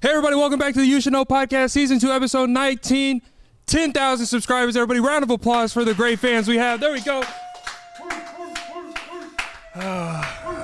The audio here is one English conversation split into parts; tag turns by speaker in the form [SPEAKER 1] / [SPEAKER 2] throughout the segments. [SPEAKER 1] Hey, everybody, welcome back to the You Should Know podcast, season two, episode 19. 10,000 subscribers, everybody. Round of applause for the great fans we have. There we go.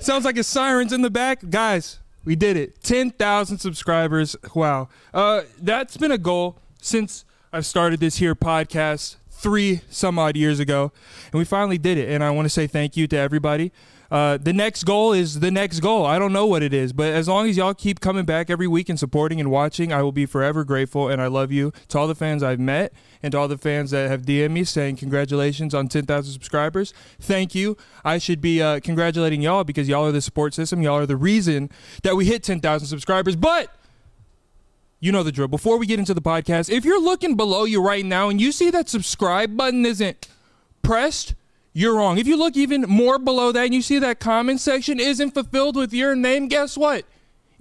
[SPEAKER 1] Sounds like it's sirens in the back. Guys, we did it. 10,000 subscribers. Wow. Uh, that's been a goal since I've started this here podcast three some odd years ago. And we finally did it. And I want to say thank you to everybody. Uh, the next goal is the next goal. I don't know what it is, but as long as y'all keep coming back every week and supporting and watching, I will be forever grateful. And I love you to all the fans I've met and to all the fans that have DM'd me saying congratulations on 10,000 subscribers. Thank you. I should be uh, congratulating y'all because y'all are the support system. Y'all are the reason that we hit 10,000 subscribers. But you know the drill. Before we get into the podcast, if you're looking below you right now and you see that subscribe button isn't pressed, you're wrong. If you look even more below that and you see that comment section isn't fulfilled with your name, guess what?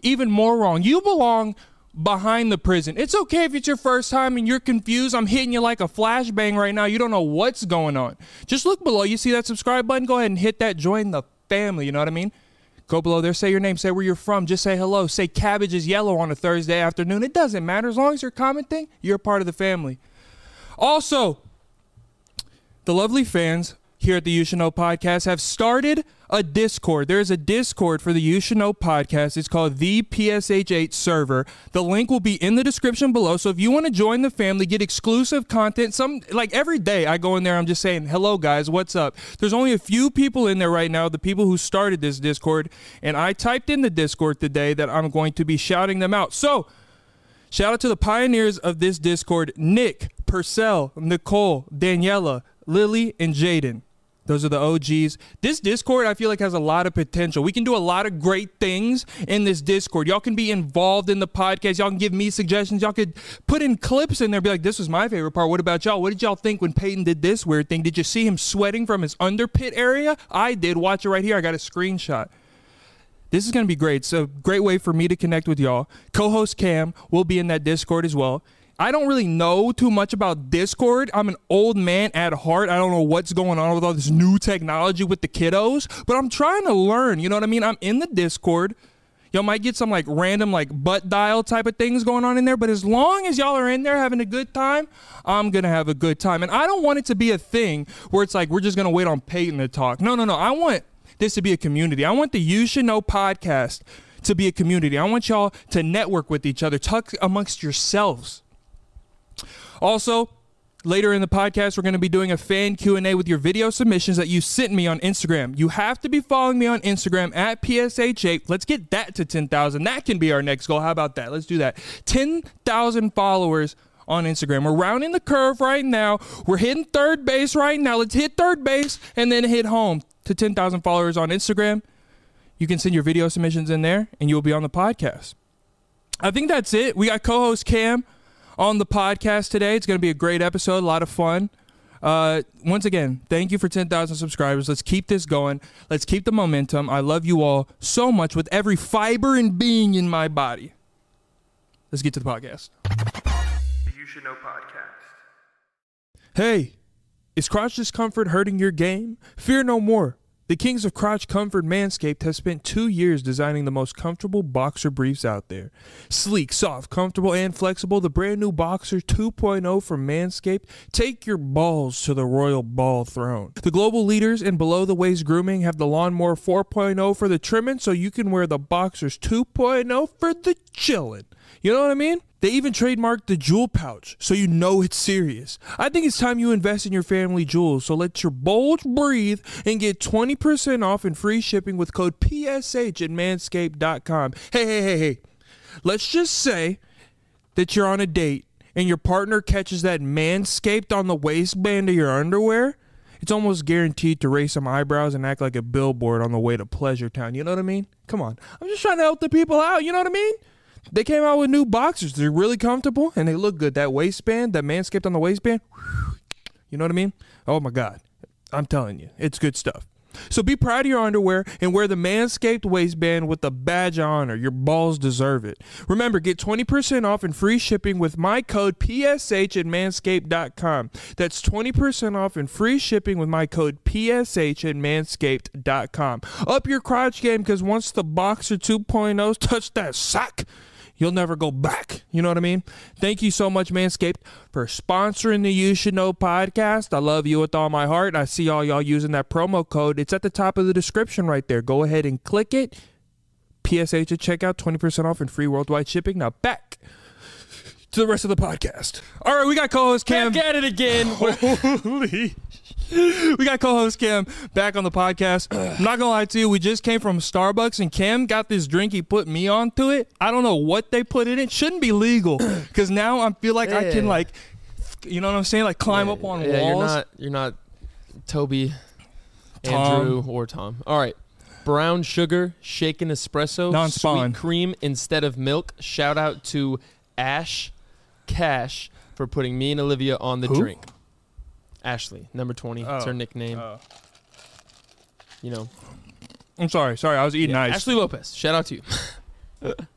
[SPEAKER 1] Even more wrong. You belong behind the prison. It's okay if it's your first time and you're confused. I'm hitting you like a flashbang right now. You don't know what's going on. Just look below. You see that subscribe button? Go ahead and hit that join the family. You know what I mean? Go below there, say your name, say where you're from, just say hello. Say cabbage is yellow on a Thursday afternoon. It doesn't matter. As long as you're commenting, you're a part of the family. Also, the lovely fans here at the You Should Know podcast have started a Discord. There is a Discord for the You Should Know podcast. It's called the PSH8 server. The link will be in the description below. So if you want to join the family, get exclusive content. Some like every day I go in there, I'm just saying, hello guys, what's up? There's only a few people in there right now, the people who started this Discord. And I typed in the Discord today that I'm going to be shouting them out. So Shout out to the pioneers of this Discord Nick, Purcell, Nicole, Daniela, Lily, and Jaden. Those are the OGs. This Discord, I feel like, has a lot of potential. We can do a lot of great things in this Discord. Y'all can be involved in the podcast. Y'all can give me suggestions. Y'all could put in clips in there, be like, this was my favorite part. What about y'all? What did y'all think when Peyton did this weird thing? Did you see him sweating from his underpit area? I did. Watch it right here. I got a screenshot. This is going to be great. It's a great way for me to connect with y'all. Co host Cam will be in that Discord as well. I don't really know too much about Discord. I'm an old man at heart. I don't know what's going on with all this new technology with the kiddos, but I'm trying to learn. You know what I mean? I'm in the Discord. Y'all might get some like random like butt dial type of things going on in there, but as long as y'all are in there having a good time, I'm gonna have a good time. And I don't want it to be a thing where it's like we're just gonna wait on Peyton to talk. No, no, no. I want this to be a community. I want the You Should Know podcast to be a community. I want y'all to network with each other, talk amongst yourselves. Also, later in the podcast, we're going to be doing a fan Q&A with your video submissions that you sent me on Instagram. You have to be following me on Instagram at PSH8. Let's get that to 10,000. That can be our next goal. How about that? Let's do that. 10,000 followers on Instagram. We're rounding the curve right now. We're hitting third base right now. Let's hit third base and then hit home to 10,000 followers on Instagram. You can send your video submissions in there and you'll be on the podcast. I think that's it. We got co-host Cam on the podcast today. It's going to be a great episode, a lot of fun. Uh, once again, thank you for 10,000 subscribers. Let's keep this going. Let's keep the momentum. I love you all so much with every fiber and being in my body. Let's get to the podcast.
[SPEAKER 2] The You Should Know podcast.
[SPEAKER 1] Hey, is crotch discomfort hurting your game? Fear no more. The kings of crotch comfort Manscaped have spent two years designing the most comfortable boxer briefs out there. Sleek, soft, comfortable, and flexible, the brand new Boxer 2.0 from Manscaped take your balls to the royal ball throne. The global leaders in below the waist grooming have the Lawnmower 4.0 for the trimming, so you can wear the Boxers 2.0 for the chillin'. You know what I mean? They even trademarked the jewel pouch, so you know it's serious. I think it's time you invest in your family jewels, so let your bulge breathe and get 20% off and free shipping with code PSH at manscaped.com. Hey, hey, hey, hey. Let's just say that you're on a date and your partner catches that manscaped on the waistband of your underwear, it's almost guaranteed to raise some eyebrows and act like a billboard on the way to Pleasure Town. You know what I mean? Come on. I'm just trying to help the people out. You know what I mean? They came out with new boxers. They're really comfortable and they look good. That waistband, that manscaped on the waistband, you know what I mean? Oh my God. I'm telling you, it's good stuff. So be proud of your underwear and wear the Manscaped waistband with the badge of honor. Your balls deserve it. Remember, get 20% off and free shipping with my code PSH at manscaped.com. That's 20% off and free shipping with my code PSH at manscaped.com. Up your crotch game because once the Boxer 2.0s touch that oh sock, you'll never go back. You know what I mean? Thank you so much, Manscaped, for sponsoring the You Should Know podcast. I love you with all my heart. I see all y'all using that promo code. It's at the top of the description right there. Go ahead and click it. PSH at checkout, 20% off and free worldwide shipping. Now back to the rest of the podcast. All right, we got co-host Cam.
[SPEAKER 3] Back at it again.
[SPEAKER 1] Holy. We got co-host Cam back on the podcast. I'm not gonna lie to you, we just came from Starbucks and Cam got this drink. He put me onto it. I don't know what they put in it. Shouldn't be legal because now I feel like I can
[SPEAKER 3] Yeah.
[SPEAKER 1] like, you know what I'm saying? Like climb up on
[SPEAKER 3] yeah,
[SPEAKER 1] walls.
[SPEAKER 3] You're not, you're not Toby,
[SPEAKER 1] Tom.
[SPEAKER 3] Andrew, or Tom. All right. Brown sugar, shaken espresso,
[SPEAKER 1] Non-spawn.
[SPEAKER 3] sweet cream instead of milk. Shout out to Ash Cash for putting me and Olivia on the
[SPEAKER 1] Who?
[SPEAKER 3] drink. Ashley, number 20. It's
[SPEAKER 1] Oh.
[SPEAKER 3] her nickname.
[SPEAKER 1] Oh.
[SPEAKER 3] You know.
[SPEAKER 1] I'm sorry, sorry. I was eating
[SPEAKER 3] Yeah,
[SPEAKER 1] ice.
[SPEAKER 3] Ashley Lopez, shout out to you.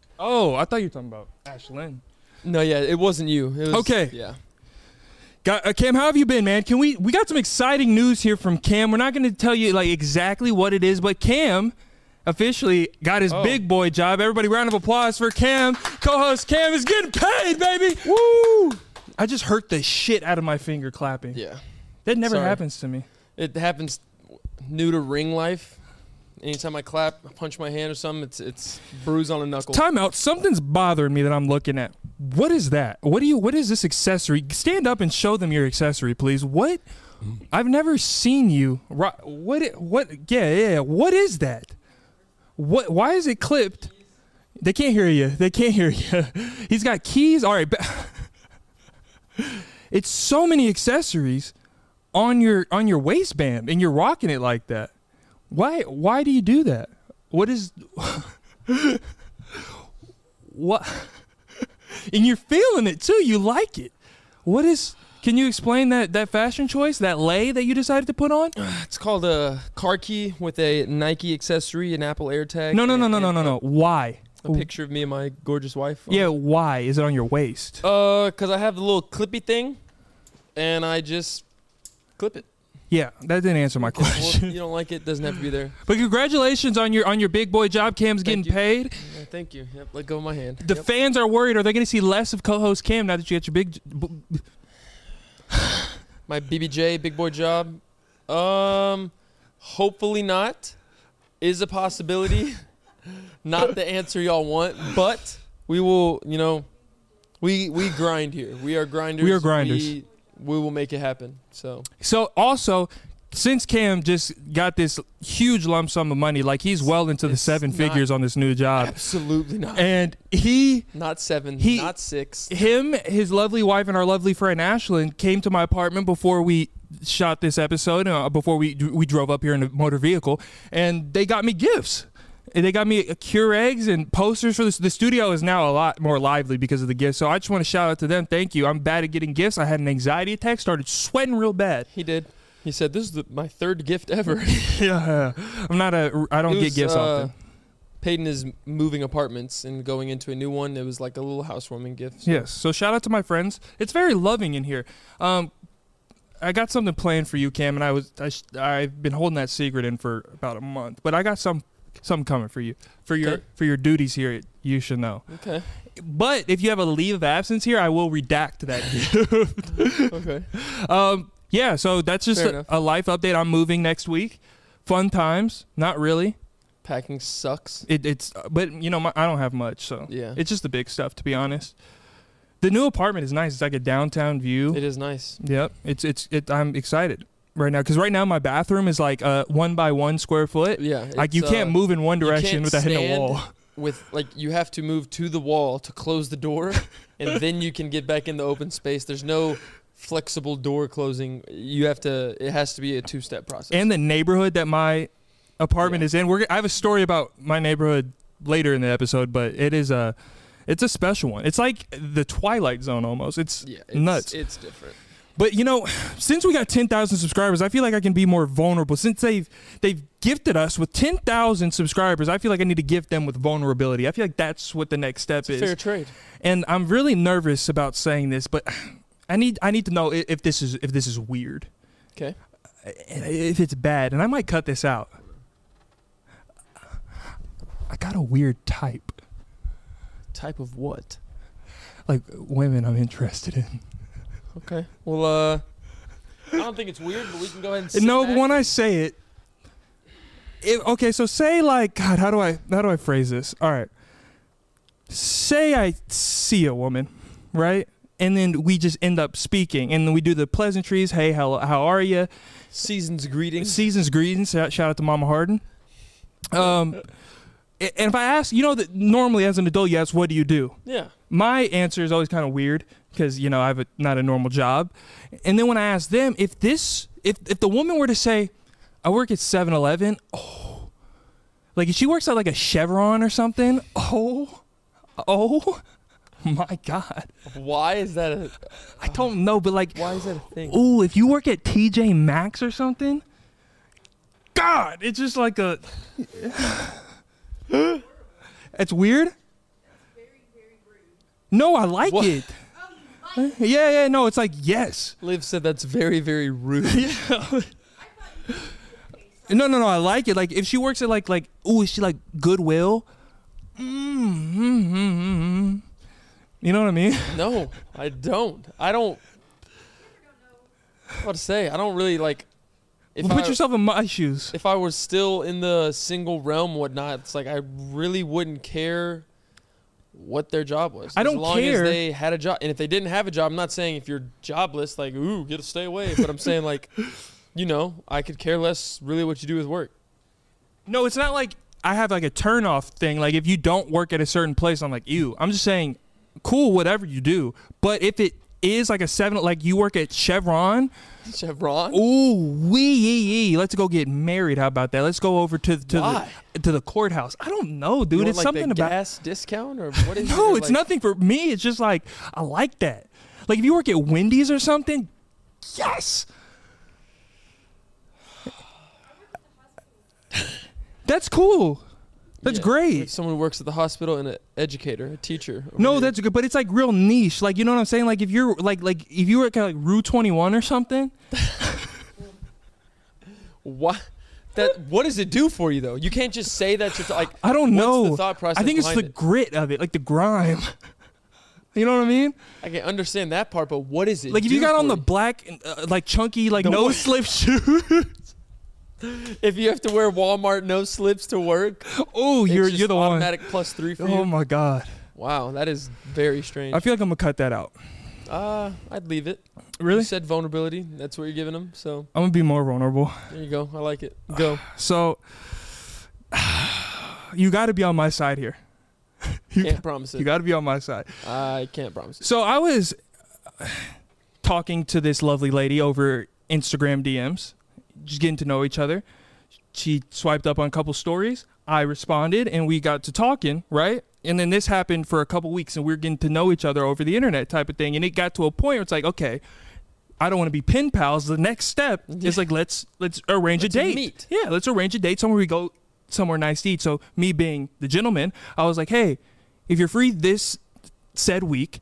[SPEAKER 1] oh, I thought you were talking about Ashlyn.
[SPEAKER 3] no, yeah, it wasn't you. It was,
[SPEAKER 1] Okay.
[SPEAKER 3] Yeah.
[SPEAKER 1] Got, uh, Cam, how have you been, man? Can we we got some exciting news here from Cam. We're not going to tell you like exactly what it is, but Cam officially got his
[SPEAKER 3] Oh.
[SPEAKER 1] big boy job. Everybody, round of applause for Cam. Co-host Cam is getting paid, baby. Woo! I just hurt the shit out of my finger clapping.
[SPEAKER 3] Yeah.
[SPEAKER 1] That never
[SPEAKER 3] Sorry.
[SPEAKER 1] happens to me.
[SPEAKER 3] It happens new to ring life. Anytime I clap, I punch my hand or something, it's it's bruise on a knuckle.
[SPEAKER 1] Time out. Something's bothering me that I'm looking at. What is that? What do you? What is this accessory? Stand up and show them your accessory, please. What? I've never seen you. ri- What? i- What? Yeah, yeah. yeah. What is that? What? Why is it clipped? They can't hear you. They can't hear you. He's got keys. All right. ba- it's so many accessories on your on your waistband, and you're rocking it like that. Why? Why do you do that? What is? what and you're feeling it too you like it what is can you explain that that fashion choice that lay that you decided to put on
[SPEAKER 3] It's called a car key with a Nike accessory, an Apple AirTag.
[SPEAKER 1] no no no
[SPEAKER 3] and-
[SPEAKER 1] no no
[SPEAKER 3] and
[SPEAKER 1] no no why
[SPEAKER 3] A picture of me and my gorgeous wife. on
[SPEAKER 1] yeah why is it on your waist
[SPEAKER 3] it. Uh, cause I have the little clippy thing, and I just clip it.
[SPEAKER 1] yeah that didn't answer my
[SPEAKER 3] If you-
[SPEAKER 1] question
[SPEAKER 3] you don't like it, doesn't have to be there.
[SPEAKER 1] but congratulations on your on your big boy job cam's getting
[SPEAKER 3] Thank you.
[SPEAKER 1] paid
[SPEAKER 3] Yeah, thank you. Yep, let go of my hand.
[SPEAKER 1] the
[SPEAKER 3] Yep.
[SPEAKER 1] fans are worried are they going to see less of co-host cam now that you got your big b-
[SPEAKER 3] my BBJ big boy job. Um, hopefully not is a possibility. not the answer y'all want, but we will. You know, we we grind here. We are grinders.
[SPEAKER 1] We are grinders.
[SPEAKER 3] We, we will make it happen. So
[SPEAKER 1] So also, since Cam just got this huge lump sum of money, like he's well into the
[SPEAKER 3] It's
[SPEAKER 1] seven
[SPEAKER 3] not-
[SPEAKER 1] figures on this new job,
[SPEAKER 3] absolutely not.
[SPEAKER 1] and he.
[SPEAKER 3] Not seven.
[SPEAKER 1] He-
[SPEAKER 3] not six.
[SPEAKER 1] Him, his lovely wife, and our lovely friend Ashlyn came to my apartment before we shot this episode. Uh, before we we drove up here in a motor vehicle, and they got me gifts. And they got me uh, cure eggs and posters for this. The studio is now a lot more lively because of the gifts. So I just want to shout out to them. Thank you. I'm bad at getting gifts. I had an anxiety attack, started sweating real bad.
[SPEAKER 3] He did. He said, "This is the, my third gift ever."
[SPEAKER 1] yeah, I'm not a. I don't
[SPEAKER 3] It
[SPEAKER 1] get
[SPEAKER 3] was,
[SPEAKER 1] gifts
[SPEAKER 3] uh,
[SPEAKER 1] often.
[SPEAKER 3] Peyton is moving apartments and going into a new one. It was like a little housewarming gift.
[SPEAKER 1] Yes. So shout out to my friends. It's very loving in here. Um, I got something planned for you, Cam, and I was I sh- I've been holding that secret in for about a month, but I got some something coming for you for your
[SPEAKER 3] Okay.
[SPEAKER 1] for your duties here. At, you should know.
[SPEAKER 3] Okay.
[SPEAKER 1] But if you have a leave of absence here, I will redact that.
[SPEAKER 3] Okay.
[SPEAKER 1] Um, yeah, so that's just
[SPEAKER 3] Fair
[SPEAKER 1] a,
[SPEAKER 3] enough.
[SPEAKER 1] a life update. I'm moving next week. Fun times, not really.
[SPEAKER 3] Packing sucks.
[SPEAKER 1] It, it's but you know my, I don't have much, so
[SPEAKER 3] Yeah.
[SPEAKER 1] It's just the big stuff, to be honest. The new apartment is nice. It's like a downtown view.
[SPEAKER 3] It is nice.
[SPEAKER 1] yep. It's it's it. I'm excited right now because right now my bathroom is like uh one by one square foot.
[SPEAKER 3] Yeah.
[SPEAKER 1] like you
[SPEAKER 3] it's,
[SPEAKER 1] can't
[SPEAKER 3] uh,
[SPEAKER 1] move in one
[SPEAKER 3] you
[SPEAKER 1] direction
[SPEAKER 3] can't
[SPEAKER 1] without hitting a
[SPEAKER 3] stand
[SPEAKER 1] wall.
[SPEAKER 3] with like you have to move to the wall to close the door, and then you can get back in the open space. There's no flexible door closing. You have to. It has to be a two-step process.
[SPEAKER 1] And the neighborhood that my apartment
[SPEAKER 3] Yeah.
[SPEAKER 1] is in. We're I have a story about my neighborhood later in the episode, but it is a it's a special one. It's like the Twilight Zone almost. It's
[SPEAKER 3] yeah, it's,
[SPEAKER 1] nuts.
[SPEAKER 3] It's different.
[SPEAKER 1] But you know, since we got 10,000 subscribers, I feel like I can be more vulnerable. Since they've they've gifted us with 10,000 subscribers, I feel like I need to gift them with vulnerability. I feel like that's what the next step
[SPEAKER 3] It's a
[SPEAKER 1] is.
[SPEAKER 3] fair trade.
[SPEAKER 1] And I'm really nervous about saying this, but I need I need to know i- if this is if this is weird,
[SPEAKER 3] Okay.
[SPEAKER 1] i- if it's bad, and I might cut this out. I got a weird type.
[SPEAKER 3] Type of what?
[SPEAKER 1] like women I'm interested in.
[SPEAKER 3] Okay. Well, uh, I don't think it's weird, but we can go ahead and. sit
[SPEAKER 1] no,
[SPEAKER 3] back.
[SPEAKER 1] but when I say it, it, okay. So say like God, how do I how do I phrase this? All right. Say I see a woman, right? And then we just end up speaking, and then we do the pleasantries. Hey, how how are you?
[SPEAKER 3] season's greetings.
[SPEAKER 1] Season's greetings. Shout shout out to Mama Harden. Um, a- and if I ask, you know that normally as an adult, you ask, "What do you do?"
[SPEAKER 3] Yeah.
[SPEAKER 1] my answer is always kind of weird because you know I have a, not a normal job. And then when I ask them if this if if the woman were to say, "I work at 7-Eleven," oh, like if she works at like a Chevron or something, oh, oh, my God,
[SPEAKER 3] Why is that a?
[SPEAKER 1] I don't know, but like,
[SPEAKER 3] Why is that a thing?
[SPEAKER 1] ooh, if you work at TJ Maxx or something, God, it's just like a, it's weird. No, I like
[SPEAKER 3] What?
[SPEAKER 1] it. Yeah, yeah, no, it's like yes.
[SPEAKER 3] Liv said that's very, very rude.
[SPEAKER 1] No, no, no, I like it. Like if she works at like like ooh, is she like Goodwill? Mm, mm, mm, mm, mm. You know what I mean?
[SPEAKER 3] no, I don't. I don't. I was about to say I don't really like. If
[SPEAKER 1] Well, put
[SPEAKER 3] I,
[SPEAKER 1] yourself in my shoes.
[SPEAKER 3] if I was still in the single realm, whatnot, it's like I really wouldn't care what their job was.
[SPEAKER 1] I don't
[SPEAKER 3] as long
[SPEAKER 1] care.
[SPEAKER 3] as they had a job, and if they didn't have a job, I'm not saying if you're jobless, like ooh, get to stay away. But I'm saying like, you know, I could care less really what you do with work.
[SPEAKER 1] No, it's not like I have like a turnoff thing. Like if you don't work at a certain place, I'm like, ew. I'm just saying, cool, whatever you do. But if it is like a seven, like you work at Chevron,
[SPEAKER 3] Chevron.
[SPEAKER 1] ooh, wee, yee, yee. Let's go get married. How about that? Let's go over to to
[SPEAKER 3] Why?
[SPEAKER 1] the to the courthouse. I don't know,
[SPEAKER 3] You
[SPEAKER 1] dude.
[SPEAKER 3] want,
[SPEAKER 1] it's
[SPEAKER 3] like, the
[SPEAKER 1] something about
[SPEAKER 3] gas discount or what is it?
[SPEAKER 1] no.
[SPEAKER 3] Or,
[SPEAKER 1] It's
[SPEAKER 3] like-
[SPEAKER 1] nothing for me. It's just like I like that. Like if you work at Wendy's or something, yes. That's cool. That's
[SPEAKER 3] Yeah,
[SPEAKER 1] great.
[SPEAKER 3] Like someone who works at the hospital and an educator, a teacher. or
[SPEAKER 1] No,
[SPEAKER 3] whatever.
[SPEAKER 1] that's good, but it's like real niche. Like you know what I'm saying? Like if you're like like if you were at like Rue 21 or something,
[SPEAKER 3] what. That what does it do for you though? You can't just say that you're like
[SPEAKER 1] I don't
[SPEAKER 3] what's
[SPEAKER 1] know.
[SPEAKER 3] The thought process
[SPEAKER 1] I think it's
[SPEAKER 3] behind
[SPEAKER 1] the
[SPEAKER 3] it?
[SPEAKER 1] grit of it, like the grime. you know what I mean?
[SPEAKER 3] I can understand that part, but what is it?
[SPEAKER 1] Like if you
[SPEAKER 3] do
[SPEAKER 1] got on
[SPEAKER 3] for
[SPEAKER 1] the black, uh, like chunky, like
[SPEAKER 3] The
[SPEAKER 1] no
[SPEAKER 3] wa-
[SPEAKER 1] slip shoe.
[SPEAKER 3] if you have to wear Walmart no slips to work,
[SPEAKER 1] oh,
[SPEAKER 3] it's
[SPEAKER 1] you're
[SPEAKER 3] just
[SPEAKER 1] you're the one.
[SPEAKER 3] automatic plus three for
[SPEAKER 1] Oh
[SPEAKER 3] you.
[SPEAKER 1] my god!
[SPEAKER 3] Wow, that is very strange.
[SPEAKER 1] I feel like I'm gonna cut that out.
[SPEAKER 3] uh, I'd leave it.
[SPEAKER 1] Really?
[SPEAKER 3] You said vulnerability. That's what you're giving them. So
[SPEAKER 1] I'm gonna be more vulnerable.
[SPEAKER 3] there you go. I like it. Go.
[SPEAKER 1] So you got to be on my side here. You
[SPEAKER 3] Can't promise
[SPEAKER 1] You
[SPEAKER 3] it.
[SPEAKER 1] got to be on my side.
[SPEAKER 3] I can't promise it.
[SPEAKER 1] So I was uh, talking to this lovely lady over Instagram DMs, just getting to know each other. She swiped up on a couple stories. I responded and we got to talking, right? And then this happened for a couple weeks and we were getting to know each other over the internet type of thing. And it got to a point where it's like, okay, I don't want to be pen pals. The next step
[SPEAKER 3] Yeah.
[SPEAKER 1] is like let's let's arrange
[SPEAKER 3] Let's
[SPEAKER 1] a date.
[SPEAKER 3] meet.
[SPEAKER 1] Yeah, let's arrange a date somewhere we go somewhere nice to eat. So me being the gentleman, I was like, hey, if you're free this said week,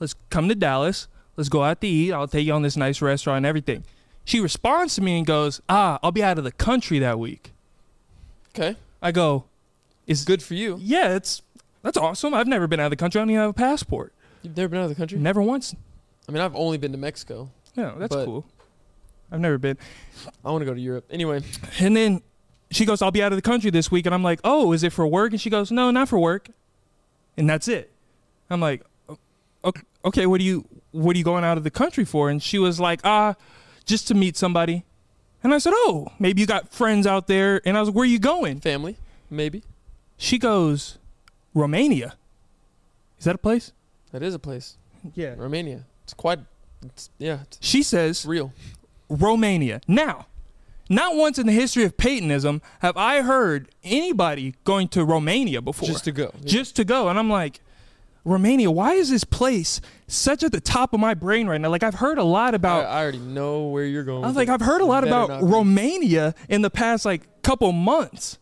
[SPEAKER 1] let's come to Dallas. Let's go out to eat. I'll take you on this nice restaurant and everything. She responds to me and goes, ah, I'll be out of the country that week.
[SPEAKER 3] Okay.
[SPEAKER 1] I go,
[SPEAKER 3] It's good for you.
[SPEAKER 1] yeah, it's that's awesome. I've never been out of the country. I don't even have a passport.
[SPEAKER 3] You've never been out of the country.
[SPEAKER 1] Never once.
[SPEAKER 3] I mean, I've only been to Mexico.
[SPEAKER 1] No, that's
[SPEAKER 3] But-
[SPEAKER 1] cool. I've never been.
[SPEAKER 3] I want to go to Europe. Anyway,
[SPEAKER 1] And then she goes, I'll be out of the country this week. And I'm like, oh, is it for work? And she goes, no, not for work. And that's it. I'm like, "O- o- okay, what are you, what are you going out of the country for? And she was like, ah, just to meet somebody. And I said, oh, maybe you got friends out there. And I was like, where are you going?
[SPEAKER 3] family, maybe.
[SPEAKER 1] She goes, Romania. Is that a place?
[SPEAKER 3] That is a place.
[SPEAKER 1] Yeah.
[SPEAKER 3] Romania. It's quite. It's, yeah, it's
[SPEAKER 1] She says,
[SPEAKER 3] real.
[SPEAKER 1] Romania. Now, not once in the history of Peytonism have I heard anybody going to Romania before.
[SPEAKER 3] Just to go. Yeah.
[SPEAKER 1] just to go. And I'm like, Romania, why is this place such at the top of my brain right now? Like, I've heard a lot
[SPEAKER 3] I,
[SPEAKER 1] about. I,
[SPEAKER 3] I already know where you're going.
[SPEAKER 1] was
[SPEAKER 3] with
[SPEAKER 1] like,
[SPEAKER 3] it.
[SPEAKER 1] I've heard a lot
[SPEAKER 3] Better
[SPEAKER 1] about
[SPEAKER 3] not be.
[SPEAKER 1] Romania in the past like couple months.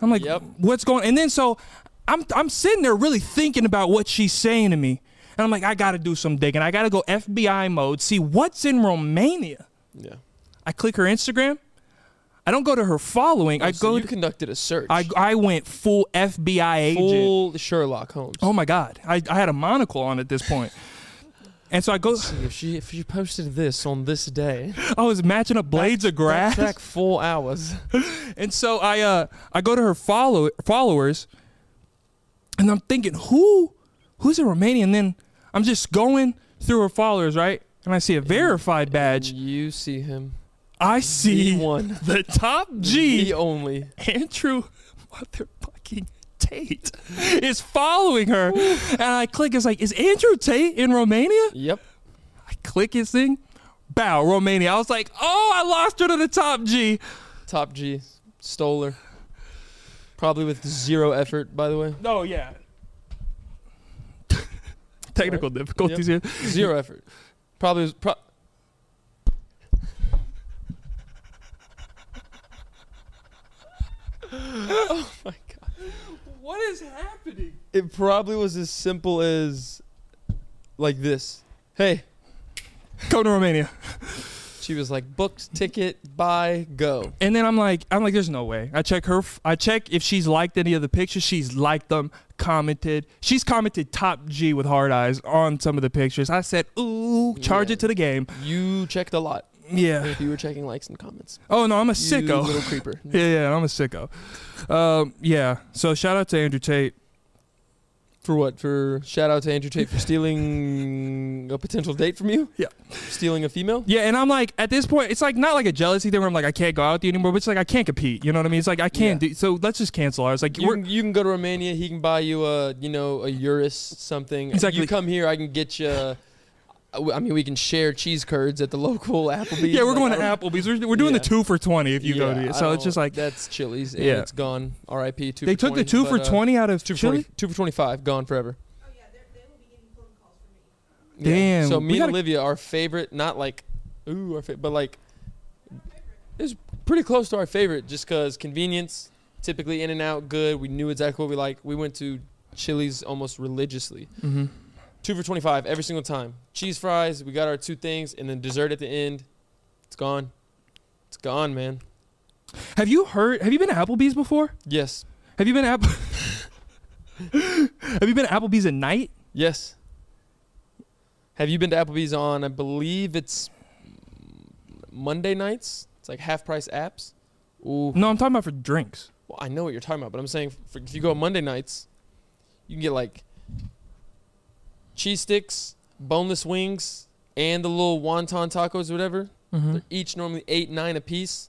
[SPEAKER 1] I'm like,
[SPEAKER 3] Yep.
[SPEAKER 1] what's going? And then so, I'm I'm sitting there really thinking about what she's saying to me, and I'm like, I gotta do some digging. I gotta go FBI mode, see what's in Romania.
[SPEAKER 3] Yeah.
[SPEAKER 1] I click her Instagram. I don't go to her following. I
[SPEAKER 3] I Oh, so
[SPEAKER 1] go.
[SPEAKER 3] you
[SPEAKER 1] to-
[SPEAKER 3] conducted a search.
[SPEAKER 1] I I went full FBI agent.
[SPEAKER 3] full Sherlock Holmes.
[SPEAKER 1] Oh my god, I, I had a monocle on at this point. And so I go,
[SPEAKER 3] If she if you posted this on this day,
[SPEAKER 1] I was matching up blades of grass.
[SPEAKER 3] back four hours.
[SPEAKER 1] And so I uh I go to her follow followers and I'm thinking who who's in Romania and then I'm just going through her followers, right? And I see a verified badge.
[SPEAKER 3] You see him.
[SPEAKER 1] I see
[SPEAKER 3] The one.
[SPEAKER 1] the top
[SPEAKER 3] The
[SPEAKER 1] G
[SPEAKER 3] only.
[SPEAKER 1] Andrew motherfucking Tate is following her. And I click it's like is Andrew Tate in Romania?
[SPEAKER 3] Yep.
[SPEAKER 1] I click his thing. Bow, Romania. I was like, oh, I lost her to the top G.
[SPEAKER 3] Top G. Stole her. Probably with zero effort, by the way.
[SPEAKER 1] Oh yeah. Technical difficulties here.
[SPEAKER 3] Zero effort. Probably was. Pro- oh my god.
[SPEAKER 1] What is happening?
[SPEAKER 3] It probably was as simple as like this. Hey,
[SPEAKER 1] Go to Romania.
[SPEAKER 3] she was like, booked, ticket, buy, go.
[SPEAKER 1] And then I'm like, I'm like, there's no way. I check her. f- I check if she's liked any of the pictures. She's liked them, commented. She's commented top G with hard eyes on some of the pictures. I said, ooh, charge
[SPEAKER 3] Yeah.
[SPEAKER 1] it to the game.
[SPEAKER 3] You checked a lot
[SPEAKER 1] Yeah.
[SPEAKER 3] if you were checking likes and comments.
[SPEAKER 1] Oh no, I'm a
[SPEAKER 3] You
[SPEAKER 1] sicko.
[SPEAKER 3] little creeper.
[SPEAKER 1] Yeah, yeah, I'm a sicko. Um, yeah. So shout out to Andrew Tate.
[SPEAKER 3] For what? For shout out to Andrew Tate for stealing a potential date from you?
[SPEAKER 1] Yeah.
[SPEAKER 3] Stealing a female?
[SPEAKER 1] Yeah, and I'm like, at this point, it's like not like a jealousy thing where I'm like, I can't go out with you anymore, but it's like I can't compete. You know what I mean? It's like I can't
[SPEAKER 3] Yeah.
[SPEAKER 1] do. So let's just cancel ours. Like
[SPEAKER 3] You
[SPEAKER 1] we're
[SPEAKER 3] can, you can go to Romania. He can buy you a you know a Urus something.
[SPEAKER 1] Exactly.
[SPEAKER 3] You come here, I can get you. I mean, we can share cheese curds at the local Applebee's.
[SPEAKER 1] yeah, we're
[SPEAKER 3] Like,
[SPEAKER 1] going
[SPEAKER 3] I
[SPEAKER 1] to
[SPEAKER 3] don't-
[SPEAKER 1] Applebee's. We're, we're doing
[SPEAKER 3] Yeah.
[SPEAKER 1] the two for twenty if you go
[SPEAKER 3] Yeah,
[SPEAKER 1] to
[SPEAKER 3] I
[SPEAKER 1] it. So it's just
[SPEAKER 3] don't-
[SPEAKER 1] like
[SPEAKER 3] that's Chili's. Yeah,
[SPEAKER 1] Yeah.
[SPEAKER 3] it's gone. R.I.P. Two.
[SPEAKER 1] they
[SPEAKER 3] for
[SPEAKER 1] took
[SPEAKER 3] 20,
[SPEAKER 1] the two for
[SPEAKER 3] but, uh,
[SPEAKER 1] twenty out of
[SPEAKER 3] Two for
[SPEAKER 1] Chile.
[SPEAKER 3] 20, two for twenty-five. Gone forever. Yeah.
[SPEAKER 1] Damn,
[SPEAKER 3] So
[SPEAKER 1] we
[SPEAKER 3] me and
[SPEAKER 1] gotta-
[SPEAKER 3] Olivia, our favorite, not like, ooh, our favorite, but like, it's pretty close to our favorite, just cause convenience. Typically in and out, good. We knew exactly what we like. We went to Chili's almost religiously.
[SPEAKER 1] Mhm.
[SPEAKER 3] Two for twenty-five every single time. Cheese fries. We got our two things, and then dessert at the end. It's gone. It's gone, man.
[SPEAKER 1] Have you heard? Have you been to Applebee's before?
[SPEAKER 3] Yes.
[SPEAKER 1] Have you been to Apple? have you been to Applebee's at night?
[SPEAKER 3] Yes. Have you been to Applebee's on? I believe it's Monday nights. It's like half price apps. Ooh.
[SPEAKER 1] No, I'm talking about for drinks.
[SPEAKER 3] Well, I know what you're talking about, but I'm saying for, if you go on Monday nights, you can get like cheese sticks, boneless wings, and the little wonton tacos, whatever.
[SPEAKER 1] Mm-hmm.
[SPEAKER 3] They're each normally eight, nine a piece.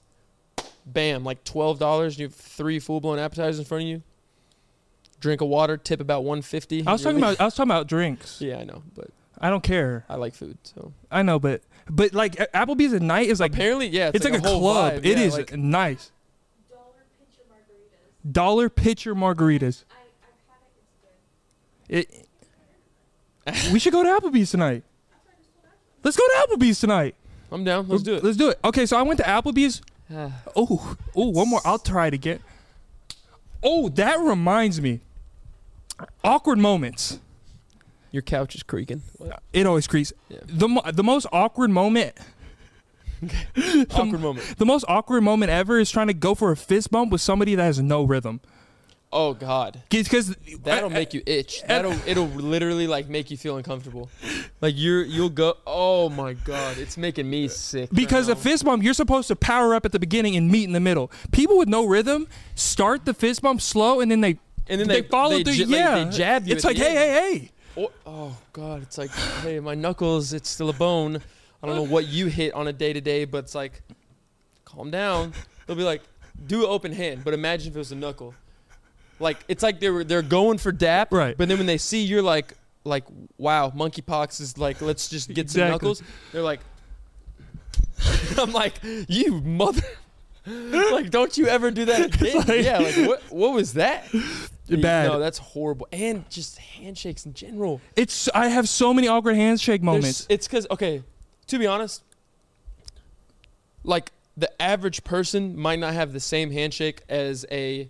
[SPEAKER 3] Bam, like twelve dollars. You have three full blown appetizers in front of you. Drink of water, tip about one fifty.
[SPEAKER 1] I was talking about. I was talking about drinks.
[SPEAKER 3] Yeah, I know, but
[SPEAKER 1] I don't care.
[SPEAKER 3] I like food, so
[SPEAKER 1] I know, but but like a- Applebee's at night is like
[SPEAKER 3] apparently, yeah, it's,
[SPEAKER 1] it's, like, a,
[SPEAKER 3] whole
[SPEAKER 1] club.
[SPEAKER 3] vibe.
[SPEAKER 1] It
[SPEAKER 3] Yeah,
[SPEAKER 1] is
[SPEAKER 3] like-
[SPEAKER 1] nice. Dollar pitcher margaritas. It. we should go to Applebee's tonight. Let's go to Applebee's tonight.
[SPEAKER 3] I'm down. Let's do it.
[SPEAKER 1] Let's do it. Okay, so I went to Applebee's. Oh, oh, one more. I'll try it again. Oh, that reminds me. Awkward moments.
[SPEAKER 3] Your couch is creaking.
[SPEAKER 1] It always creeps.
[SPEAKER 3] Yeah.
[SPEAKER 1] The mo- the most awkward moment
[SPEAKER 3] Awkward moment.
[SPEAKER 1] The most awkward moment ever is trying to go for a fist bump with somebody that has no rhythm.
[SPEAKER 3] Oh God.
[SPEAKER 1] Because
[SPEAKER 3] That'll make you itch. That'll it'll literally like make you feel uncomfortable. Like you're you'll go. Oh my god, it's making me sick. right
[SPEAKER 1] because
[SPEAKER 3] now.
[SPEAKER 1] a fist bump you're supposed to power up at the beginning and meet in the middle. People with no rhythm start the fist bump slow and then they
[SPEAKER 3] and then
[SPEAKER 1] they,
[SPEAKER 3] they,
[SPEAKER 1] follow
[SPEAKER 3] they
[SPEAKER 1] through.
[SPEAKER 3] j- like,
[SPEAKER 1] yeah,
[SPEAKER 3] they jab you.
[SPEAKER 1] It's
[SPEAKER 3] at
[SPEAKER 1] like
[SPEAKER 3] the
[SPEAKER 1] hey
[SPEAKER 3] end.
[SPEAKER 1] hey hey.
[SPEAKER 3] Or- oh god, it's like hey, my knuckles. It's still a bone. I don't know what you hit on a day to day, but it's like, calm down. They'll be like, do an open hand, but imagine if it was a knuckle. Like it's like they were they're going for dap,
[SPEAKER 1] Right.
[SPEAKER 3] But then when they see you're like like wow, monkeypox is like let's just get some
[SPEAKER 1] Exactly.
[SPEAKER 3] knuckles. They're like, I'm like you mother. like don't you ever do that again?
[SPEAKER 1] like-
[SPEAKER 3] yeah, like what what was that?
[SPEAKER 1] Bad.
[SPEAKER 3] No, that's horrible. And just handshakes in general.
[SPEAKER 1] It's I have so many awkward handshake
[SPEAKER 3] There's-
[SPEAKER 1] moments.
[SPEAKER 3] It's because okay, to be honest, like the average person might not have the same handshake as a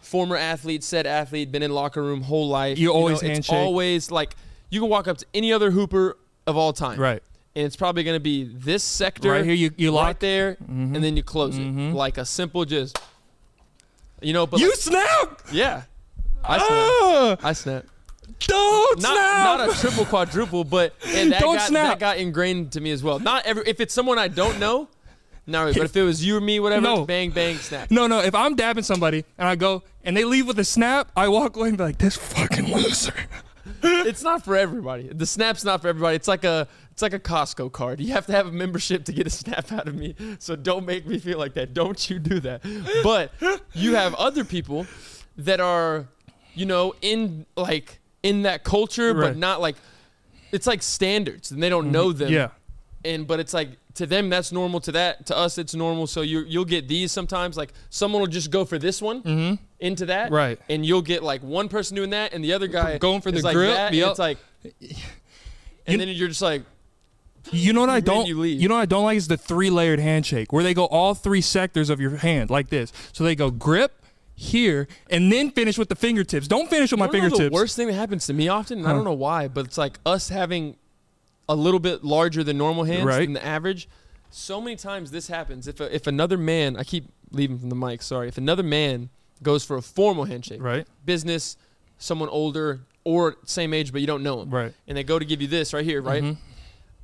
[SPEAKER 3] former athlete, said athlete, been in locker room whole life.
[SPEAKER 1] You always
[SPEAKER 3] it's
[SPEAKER 1] handshake.
[SPEAKER 3] Always like you can walk up to any other hooper of all time,
[SPEAKER 1] Right.
[SPEAKER 3] and it's probably going to be this sector
[SPEAKER 1] Right here, you, you
[SPEAKER 3] right
[SPEAKER 1] lock. Mm-hmm.
[SPEAKER 3] there, and then you close it like a simple just. You know, but
[SPEAKER 1] You
[SPEAKER 3] like-
[SPEAKER 1] snap!
[SPEAKER 3] yeah, I snap.
[SPEAKER 1] Ah!
[SPEAKER 3] I snap.
[SPEAKER 1] Don't
[SPEAKER 3] Not
[SPEAKER 1] snap!
[SPEAKER 3] not a triple quadruple, but and that
[SPEAKER 1] Don't
[SPEAKER 3] got
[SPEAKER 1] snap.
[SPEAKER 3] that got ingrained to me as well. Not every if it's someone I don't know, not really, but if it was you or me, whatever,
[SPEAKER 1] No.
[SPEAKER 3] bang bang snap.
[SPEAKER 1] no, no. If I'm dabbing somebody and I go and they leave with a snap, I walk away and be like, "This fucking loser."
[SPEAKER 3] It's not for everybody. The snap's not for everybody. It's like a it's like a Costco card. You have to have a membership to get a snap out of me. So don't make me feel like that. Don't you do that. But you have other people that are, you know, in like in that culture,
[SPEAKER 1] Right. Mm-hmm.
[SPEAKER 3] but not like it's like standards and they don't know them.
[SPEAKER 1] Yeah.
[SPEAKER 3] and but it's like to them that's normal to that to us it's normal so you you'll get these sometimes like someone will just go for this one into that
[SPEAKER 1] Mm-hmm. Right.
[SPEAKER 3] and you'll get like one person doing that and the other guy
[SPEAKER 1] Going for the
[SPEAKER 3] is like
[SPEAKER 1] grip,
[SPEAKER 3] that, and
[SPEAKER 1] yep.
[SPEAKER 3] it's like and then you're just like
[SPEAKER 1] You know what I
[SPEAKER 3] then
[SPEAKER 1] don't
[SPEAKER 3] you leave.
[SPEAKER 1] know what I don't like is the three layered handshake where they go all three sectors of your hand like this. So they go grip here and then finish with the fingertips. Don't finish with my
[SPEAKER 3] you wanna know
[SPEAKER 1] fingertips.
[SPEAKER 3] the worst thing that happens to me often and I
[SPEAKER 1] Huh.
[SPEAKER 3] don't know why but it's like us having a little bit larger than normal hands
[SPEAKER 1] Right.
[SPEAKER 3] than the average so many times this happens if a, if another man I keep leaving from the mic sorry if another man goes for a formal handshake
[SPEAKER 1] Right.
[SPEAKER 3] business, someone older or same age but you don't know them.
[SPEAKER 1] Right. Mm-hmm.
[SPEAKER 3] And they go to give you this right here, right?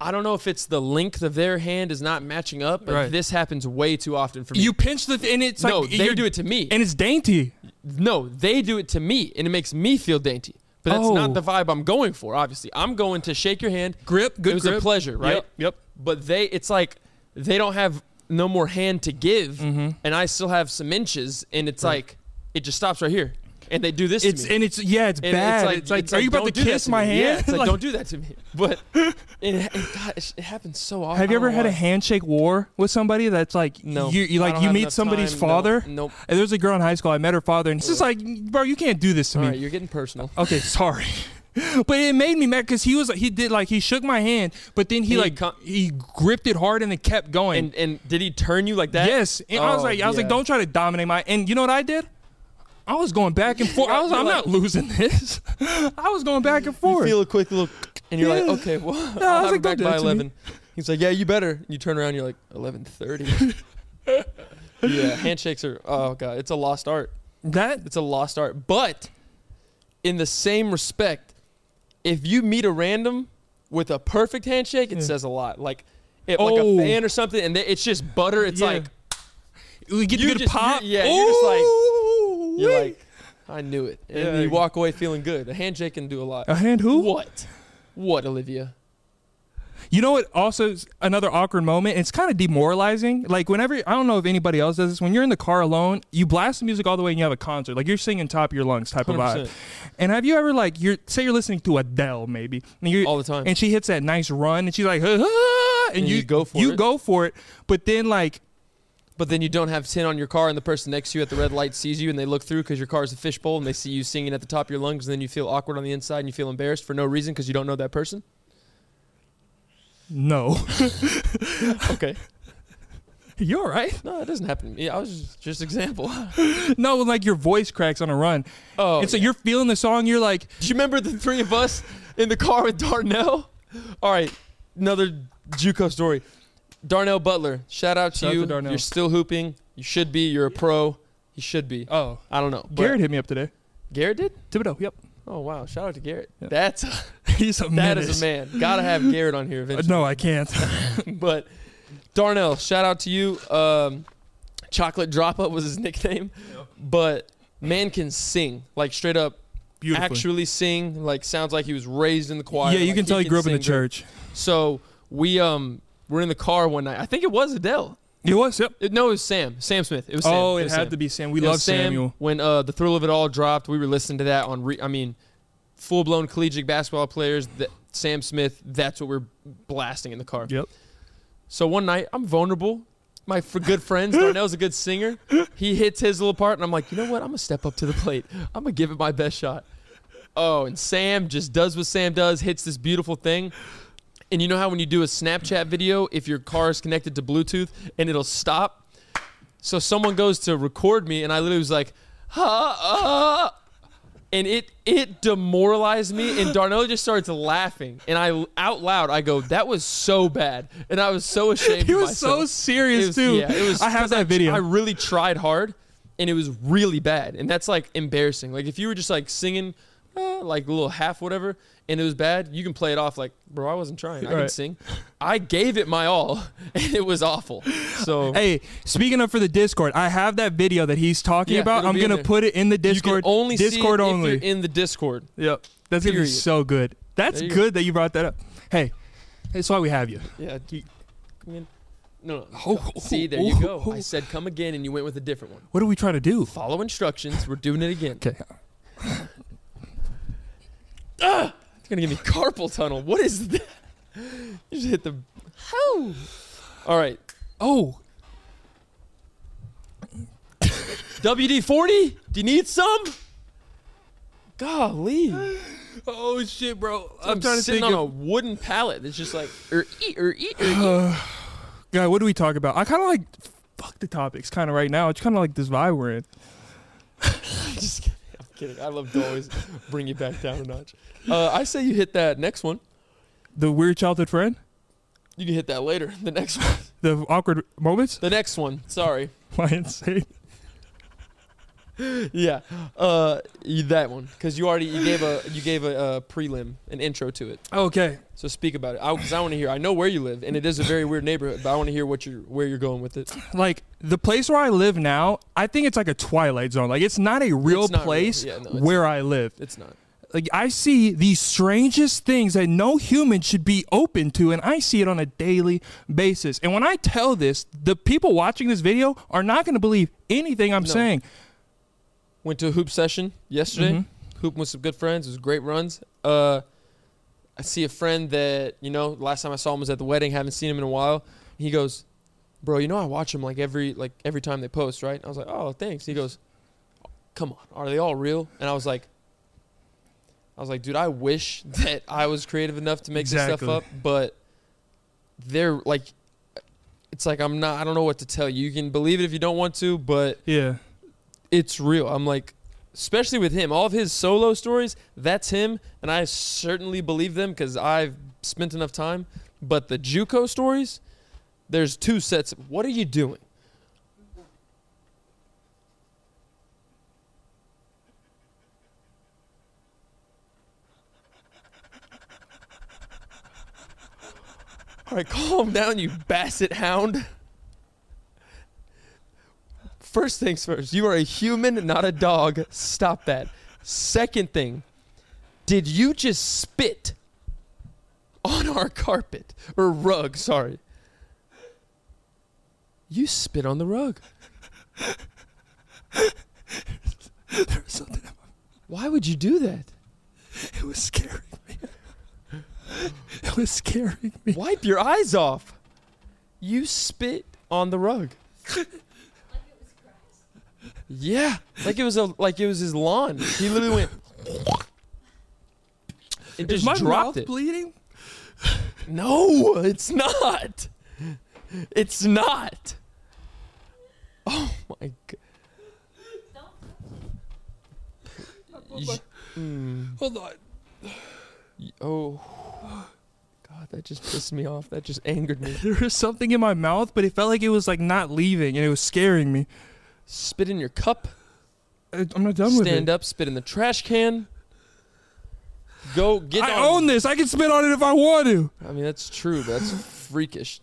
[SPEAKER 3] I don't know if it's the length of their hand is not matching up, but
[SPEAKER 1] Right.
[SPEAKER 3] this happens way too often for me.
[SPEAKER 1] You pinch the and it's
[SPEAKER 3] no,
[SPEAKER 1] like
[SPEAKER 3] they
[SPEAKER 1] you're-
[SPEAKER 3] do it to me.
[SPEAKER 1] and it's dainty.
[SPEAKER 3] no, they do it to me, and it makes me feel dainty. But that's
[SPEAKER 1] Oh.
[SPEAKER 3] not the vibe I'm going for. Obviously, I'm going to shake your hand.
[SPEAKER 1] Grip, good
[SPEAKER 3] It was
[SPEAKER 1] grip.
[SPEAKER 3] a pleasure, right?
[SPEAKER 1] Yep, yep.
[SPEAKER 3] But they, it's like they don't have no more hand to give,
[SPEAKER 1] Mm-hmm.
[SPEAKER 3] and I still have some inches, and it's like it just stops right here. And they do this. to
[SPEAKER 1] It's
[SPEAKER 3] me.
[SPEAKER 1] and it's yeah, it's
[SPEAKER 3] And
[SPEAKER 1] bad. It's like, are you about to
[SPEAKER 3] don't do that
[SPEAKER 1] kiss
[SPEAKER 3] me.
[SPEAKER 1] my hand?
[SPEAKER 3] Yeah, it's like,
[SPEAKER 1] Like,
[SPEAKER 3] don't do that to me. But it, it, God, it, it happens so often.
[SPEAKER 1] have you
[SPEAKER 3] I don't
[SPEAKER 1] ever had
[SPEAKER 3] know
[SPEAKER 1] a
[SPEAKER 3] why.
[SPEAKER 1] handshake war with somebody that's like
[SPEAKER 3] No,
[SPEAKER 1] you, you
[SPEAKER 3] I
[SPEAKER 1] like
[SPEAKER 3] don't
[SPEAKER 1] you
[SPEAKER 3] have
[SPEAKER 1] meet
[SPEAKER 3] enough
[SPEAKER 1] somebody's
[SPEAKER 3] time, no, Mm.
[SPEAKER 1] father?
[SPEAKER 3] nope.
[SPEAKER 1] And there was a girl in high school. I met her father, and it's just like, bro, you can't do this to
[SPEAKER 3] All
[SPEAKER 1] me.
[SPEAKER 3] right, you're getting personal.
[SPEAKER 1] Okay, sorry. But it made me mad because he was he did like he shook my hand, but then he,
[SPEAKER 3] He
[SPEAKER 1] like
[SPEAKER 3] con-
[SPEAKER 1] he gripped it hard and then kept going.
[SPEAKER 3] And and did he turn you like that?
[SPEAKER 1] yes, and I was
[SPEAKER 3] Oh,
[SPEAKER 1] like I was like
[SPEAKER 3] yeah.
[SPEAKER 1] don't try to dominate my. And you know what I did? I was going back and forth. I was
[SPEAKER 3] You're
[SPEAKER 1] I'm not
[SPEAKER 3] like-
[SPEAKER 1] losing this. I was going back and forth.
[SPEAKER 3] feel a quick little, and you're
[SPEAKER 1] Yeah.
[SPEAKER 3] like, okay, well,
[SPEAKER 1] I
[SPEAKER 3] I'll
[SPEAKER 1] was
[SPEAKER 3] have
[SPEAKER 1] like,
[SPEAKER 3] it
[SPEAKER 1] don't
[SPEAKER 3] back
[SPEAKER 1] do that
[SPEAKER 3] by
[SPEAKER 1] to me.
[SPEAKER 3] 11. He's like, yeah, you better. And you turn around, you're like, 11:30. yeah, handshakes are. Oh god, it's a lost art.
[SPEAKER 1] that
[SPEAKER 3] It's a lost art. But in the same respect, if you meet a random with a perfect handshake, it says a lot. Like, it, like
[SPEAKER 1] Oh.
[SPEAKER 3] a fan or something, and they, it's just butter. It's
[SPEAKER 1] Yeah.
[SPEAKER 3] like
[SPEAKER 1] we get
[SPEAKER 3] You
[SPEAKER 1] the good
[SPEAKER 3] just-
[SPEAKER 1] pop.
[SPEAKER 3] you're- yeah, you're just like-
[SPEAKER 1] Ooh,
[SPEAKER 3] you're
[SPEAKER 1] wee.
[SPEAKER 3] like, I knew it, and
[SPEAKER 1] Yeah.
[SPEAKER 3] you walk away feeling good. A handshake can do a lot.
[SPEAKER 1] a hand who?
[SPEAKER 3] What? What, Olivia?
[SPEAKER 1] You know what? Also, is another awkward moment. It's kind of demoralizing. Like whenever I don't know if anybody else does this. When you're in the car alone, you blast the music all the way and you have a concert. Like you're singing top of your lungs type of
[SPEAKER 3] 100%.
[SPEAKER 1] vibe. And have you ever like you're say you're listening to Adele maybe and you're,
[SPEAKER 3] All the time.
[SPEAKER 1] and she hits that nice run and she's like "Ah," and,
[SPEAKER 3] And
[SPEAKER 1] you,
[SPEAKER 3] you go for
[SPEAKER 1] you
[SPEAKER 3] it.
[SPEAKER 1] go for it. But then like
[SPEAKER 3] But then you don't have tin on your car, and the person next to you at the red light sees you, and they look through because your car is a fishbowl, and they see you singing at the top of your lungs, and then you feel awkward on the inside, and you feel embarrassed for no reason because you don't know that person.
[SPEAKER 1] no,
[SPEAKER 3] Okay,
[SPEAKER 1] you're all right.
[SPEAKER 3] no, that doesn't happen to me. I was just, just example.
[SPEAKER 1] No, like your voice cracks on a run.
[SPEAKER 3] Oh,
[SPEAKER 1] and so you're feeling the song. You're like
[SPEAKER 3] Do you remember the three of us in the car with Darnell? All right, another JUCO story. Darnell Butler, shout out to
[SPEAKER 1] Shout out
[SPEAKER 3] you.
[SPEAKER 1] to Darnell.
[SPEAKER 3] You're still hooping. You should be. You're a pro. You should be.
[SPEAKER 1] oh.
[SPEAKER 3] I don't know. but-
[SPEAKER 1] Garrett hit me up today.
[SPEAKER 3] Garrett did.
[SPEAKER 1] Thibodeau. Yep.
[SPEAKER 3] Oh wow! Shout out to Garrett.
[SPEAKER 1] Yeah.
[SPEAKER 3] That's
[SPEAKER 1] He's a
[SPEAKER 3] that
[SPEAKER 1] menace.
[SPEAKER 3] is a man. Gotta have Garrett on here eventually.
[SPEAKER 1] No, I can't.
[SPEAKER 3] but Darnell, shout out to you. Um, Chocolate Drop Up was his nickname, but man can sing like straight up,
[SPEAKER 1] Beautiful.
[SPEAKER 3] actually sing. Like sounds like he was raised in the choir.
[SPEAKER 1] yeah, you
[SPEAKER 3] Like,
[SPEAKER 1] can tell he grew up in the
[SPEAKER 3] sing great.
[SPEAKER 1] church.
[SPEAKER 3] So we um were in the car one night. I think it was Adele.
[SPEAKER 1] He was. Yep.
[SPEAKER 3] It- no, it was Sam. Sam Smith. It was.
[SPEAKER 1] Oh,
[SPEAKER 3] Sam.
[SPEAKER 1] it
[SPEAKER 3] was
[SPEAKER 1] had
[SPEAKER 3] Sam.
[SPEAKER 1] to be Sam. We
[SPEAKER 3] You know,
[SPEAKER 1] love
[SPEAKER 3] Sam,
[SPEAKER 1] Samuel.
[SPEAKER 3] When uh, the thrill of it all dropped, we were listening to that on. Re- I mean, full blown collegiate basketball players. That Sam Smith. That's what we're blasting in the car.
[SPEAKER 1] Yep.
[SPEAKER 3] So one night, I'm vulnerable. My f- good friends, Darnell's a good singer. He hits his little part, and I'm like, you know what? I'm gonna step up to the plate. I'm gonna give it my best shot. Oh, and Sam just does what Sam does, hits this beautiful thing. And you know how when you do a Snapchat video, if your car is connected to Bluetooth and it'll stop. So someone goes to record me, and I literally was like, ha, ah, and it it demoralized me and darnell just starts laughing and i out loud i go that was so bad and i was so ashamed
[SPEAKER 1] He
[SPEAKER 3] of
[SPEAKER 1] was so
[SPEAKER 3] myself.
[SPEAKER 1] serious,
[SPEAKER 3] It was-
[SPEAKER 1] too.
[SPEAKER 3] yeah, it was
[SPEAKER 1] I have
[SPEAKER 3] 'cause
[SPEAKER 1] that video.
[SPEAKER 3] i really tried hard and it was really bad and that's like embarrassing like if you were just like singing uh, like a little half whatever and it was bad you can play it off like bro i wasn't trying i can
[SPEAKER 1] Right.
[SPEAKER 3] sing i gave it my all and it was awful so
[SPEAKER 1] Hey, speaking of for the Discord, I have that video that he's talking
[SPEAKER 3] Yeah,
[SPEAKER 1] about.
[SPEAKER 3] it'll
[SPEAKER 1] I'm
[SPEAKER 3] be in
[SPEAKER 1] gonna
[SPEAKER 3] there.
[SPEAKER 1] put it in the
[SPEAKER 3] you can
[SPEAKER 1] Discord.
[SPEAKER 3] only
[SPEAKER 1] Discord
[SPEAKER 3] see it
[SPEAKER 1] only.
[SPEAKER 3] if you're in the discord
[SPEAKER 1] yep, that's gonna
[SPEAKER 3] Period.
[SPEAKER 1] be so good. That's
[SPEAKER 3] There you
[SPEAKER 1] good
[SPEAKER 3] go.
[SPEAKER 1] that you brought that up. Hey, that's why we have you.
[SPEAKER 3] Yeah.
[SPEAKER 1] You-
[SPEAKER 3] come in. No, no.
[SPEAKER 1] Oh,
[SPEAKER 3] come-
[SPEAKER 1] oh,
[SPEAKER 3] See, there
[SPEAKER 1] oh,
[SPEAKER 3] you go.
[SPEAKER 1] oh.
[SPEAKER 3] I said come again, and you went with a different one.
[SPEAKER 1] What are we trying to do?
[SPEAKER 3] Follow instructions. We're doing it again.
[SPEAKER 1] Okay.
[SPEAKER 3] It's gonna give me carpal tunnel. What is that? You just hit the. How? All right.
[SPEAKER 1] Oh,
[SPEAKER 3] WD forty. Do you need some? Golly.
[SPEAKER 1] oh shit, bro.
[SPEAKER 3] I'm, sitting on a wooden pallet. That's just like er ee, er ee, er, ee.
[SPEAKER 1] Guy, what do we talk about? I kind of like fuck the topics kind of right now. It's kind of like this vibe we're in.
[SPEAKER 3] just kidding. I'm kidding. I love to always bring you back down a notch. Uh, I say you hit that next one.
[SPEAKER 1] The weird childhood friend,
[SPEAKER 3] You can hit that later. The next one.
[SPEAKER 1] the awkward moments.
[SPEAKER 3] The next one. Sorry.
[SPEAKER 1] Why insane?
[SPEAKER 3] yeah, uh, y- that one because you already you gave a you gave a, uh prelim an intro to it.
[SPEAKER 1] Okay.
[SPEAKER 3] So speak about it because I, want to hear. I know where you live and it is a very weird neighborhood, but I want to hear what you're where you're going with it.
[SPEAKER 1] like the place where I live now, I think it's like a twilight zone. Like it's not a real
[SPEAKER 3] It's not real.
[SPEAKER 1] place
[SPEAKER 3] Yeah, no, it's
[SPEAKER 1] where I live.
[SPEAKER 3] It's not.
[SPEAKER 1] Like I see the strangest things that no human should be open to and I see it on a daily basis. And when I tell this, the people watching this video are not going to believe anything I'm
[SPEAKER 3] No.
[SPEAKER 1] saying.
[SPEAKER 3] Went to a hoop session yesterday. Hoop with some good friends. It was great runs. Uh, I see a friend that you know. Last time I saw him was at the wedding. Haven't seen him in a while. He goes, "Bro, you know I watch him like every like every time they post, right?" I was like, "Oh, thanks." He goes, "Come on, are they all real?" And I was like, "I was like, dude, I wish that I was creative enough to make this
[SPEAKER 1] Exactly.
[SPEAKER 3] stuff up, but they're like." It's like I'm not. I don't know what to tell you. You can believe it if you don't want to, but
[SPEAKER 1] Yeah.
[SPEAKER 3] it's real. I'm like, especially with him, all of his solo stories, that's him, and I certainly believe them because I've spent enough time. But the JUCO stories, there's two sets. What are you doing? All right, calm down, you basset hound. First things first, you are a human, not a dog. Stop that. Second thing, did you just spit on our carpet or rug? Sorry. You spit on the rug.
[SPEAKER 1] Something
[SPEAKER 3] Why would you do that?
[SPEAKER 1] it was scaring me. It was scaring me.
[SPEAKER 3] Wipe your eyes off. You spit on the rug. Yeah, like it was a like it was his lawn. He literally went and just
[SPEAKER 1] Is my
[SPEAKER 3] dropped
[SPEAKER 1] mouth
[SPEAKER 3] it.
[SPEAKER 1] bleeding?
[SPEAKER 3] No, it's not. It's not. Oh my god.
[SPEAKER 1] Hold on.
[SPEAKER 3] Oh. God, that just pissed me off. That just angered me.
[SPEAKER 1] There was something in my mouth, but it felt like it was like not leaving and it was scaring me.
[SPEAKER 3] Spit in your cup.
[SPEAKER 1] I- Uh, I'm not done with it.
[SPEAKER 3] Stand up, spit in the trash can. Go get
[SPEAKER 1] I
[SPEAKER 3] on.
[SPEAKER 1] own this. I can spit on it if I want to.
[SPEAKER 3] I mean, that's true, but that's freakish.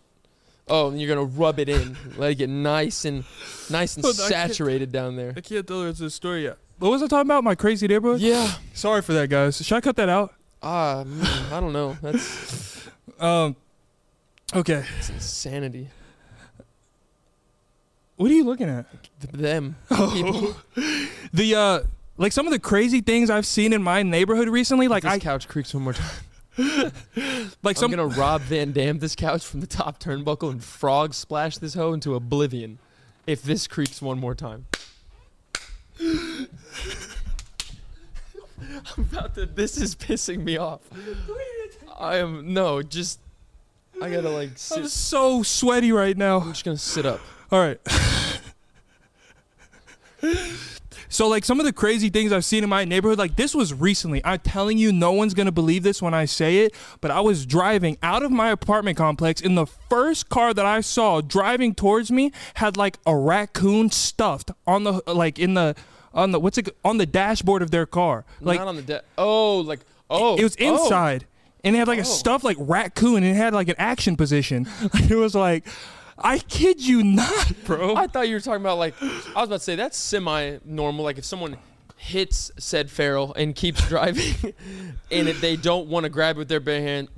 [SPEAKER 3] Oh, and you're gonna rub it in, let it get nice and nice and
[SPEAKER 1] Hold on, I can't-
[SPEAKER 3] saturated down there.
[SPEAKER 1] can't tell her it's a story yet. What was I talking about? My crazy neighborhood?
[SPEAKER 3] Yeah.
[SPEAKER 1] Sorry for that, guys. Should I cut that out?
[SPEAKER 3] Ah, mm, I don't know. That's,
[SPEAKER 1] Um. Okay.
[SPEAKER 3] that's insanity.
[SPEAKER 1] What are you looking at?
[SPEAKER 3] Th- Them. people.
[SPEAKER 1] The uh, like some of the crazy things I've seen in my neighborhood recently. Like
[SPEAKER 3] this
[SPEAKER 1] I,
[SPEAKER 3] couch creaks one more time.
[SPEAKER 1] like some.
[SPEAKER 3] I'm gonna rob Van Dam this couch from the top turnbuckle and frog splash this hoe into oblivion if this creaks one more time. I'm about to. This is pissing me off. I am no just. I gotta like. Sit,
[SPEAKER 1] I'm so sweaty right
[SPEAKER 3] I'm
[SPEAKER 1] now.
[SPEAKER 3] just gonna sit up.
[SPEAKER 1] All right. So like some of the crazy things I've seen in my neighborhood, like this was recently. I'm telling you, no one's gonna believe this when I say it, but I was driving out of my apartment complex, and the first car that I saw driving towards me had like a raccoon stuffed on the like in the on the what's it on the dashboard of their car. Like
[SPEAKER 3] not on the deck. Oh, like oh,
[SPEAKER 1] it was
[SPEAKER 3] oh.
[SPEAKER 1] inside, and it had like a stuffed like raccoon, and it had like an action position. it was like, I kid you not, bro.
[SPEAKER 3] I thought you were talking about like I was about to say that's semi-normal. Like if someone hits said feral and keeps driving, and if they don't want to grab it with their bare hand,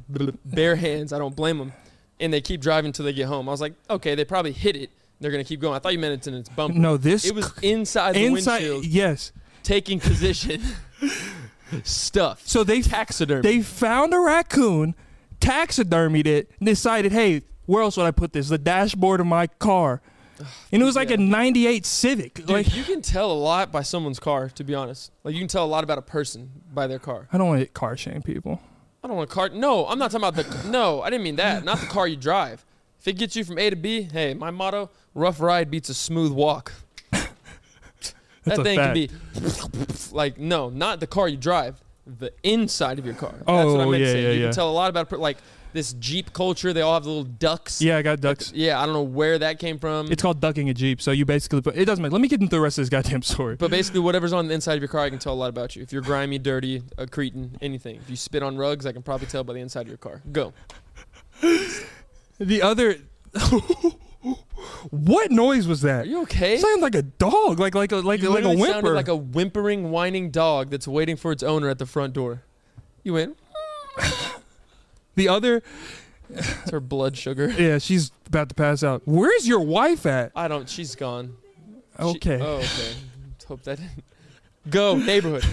[SPEAKER 3] bare hands, I don't blame them, and they keep driving till they get home. I was like, okay, they probably hit it. They're gonna keep going. I thought you meant it's in its bumper.
[SPEAKER 1] No, this
[SPEAKER 3] it was
[SPEAKER 1] c-
[SPEAKER 3] inside the
[SPEAKER 1] inside,
[SPEAKER 3] windshield,
[SPEAKER 1] yes.
[SPEAKER 3] taking position, stuffed.
[SPEAKER 1] So they
[SPEAKER 3] taxidermy.
[SPEAKER 1] They found a raccoon, taxidermied it, and decided, hey, where else would I put this? The dashboard of my car. And it was like a
[SPEAKER 3] Yeah.
[SPEAKER 1] '98 Civic.
[SPEAKER 3] Dude,
[SPEAKER 1] like
[SPEAKER 3] you can tell a lot by someone's car, to be honest. Like you can tell a lot about a person by their car.
[SPEAKER 1] I don't want to car shame people.
[SPEAKER 3] I don't want a car. No, I'm not talking about the. No, I didn't mean that. Not the car you drive. If it gets you from A to B, hey, my motto: rough ride beats a smooth walk.
[SPEAKER 1] That's
[SPEAKER 3] that
[SPEAKER 1] a
[SPEAKER 3] thing
[SPEAKER 1] fact.
[SPEAKER 3] can be like no, not the car you drive, the inside of your car. That's what I
[SPEAKER 1] Oh,
[SPEAKER 3] meant
[SPEAKER 1] yeah,
[SPEAKER 3] to say.
[SPEAKER 1] yeah,
[SPEAKER 3] you
[SPEAKER 1] yeah.
[SPEAKER 3] can tell a lot about a per- like this Jeep culture. They all have the little ducks.
[SPEAKER 1] Yeah, I got ducks.
[SPEAKER 3] Yeah, I don't know where that came from.
[SPEAKER 1] It's called ducking a jeep. So you basically put. It doesn't matter. Let me get into the rest of this goddamn story.
[SPEAKER 3] But basically, whatever's on the inside of your car, I can tell a lot about you. If you're grimy, dirty, a cretin, anything. If you spit on rugs, I can probably tell by the inside of your car. Go.
[SPEAKER 1] the other. what noise was
[SPEAKER 3] Are
[SPEAKER 1] that?
[SPEAKER 3] you okay?
[SPEAKER 1] It sounded like a dog, like like a like
[SPEAKER 3] You
[SPEAKER 1] like a
[SPEAKER 3] literally sounded
[SPEAKER 1] whimper.
[SPEAKER 3] like a whimpering, whining dog that's waiting for its owner at the front door. You went.
[SPEAKER 1] the other.
[SPEAKER 3] It's her blood sugar.
[SPEAKER 1] Yeah, she's about to pass out. Where's your wife at?
[SPEAKER 3] I don't. She's gone. She-
[SPEAKER 1] Okay.
[SPEAKER 3] oh, okay. Hope that. Didn't. Go neighborhood.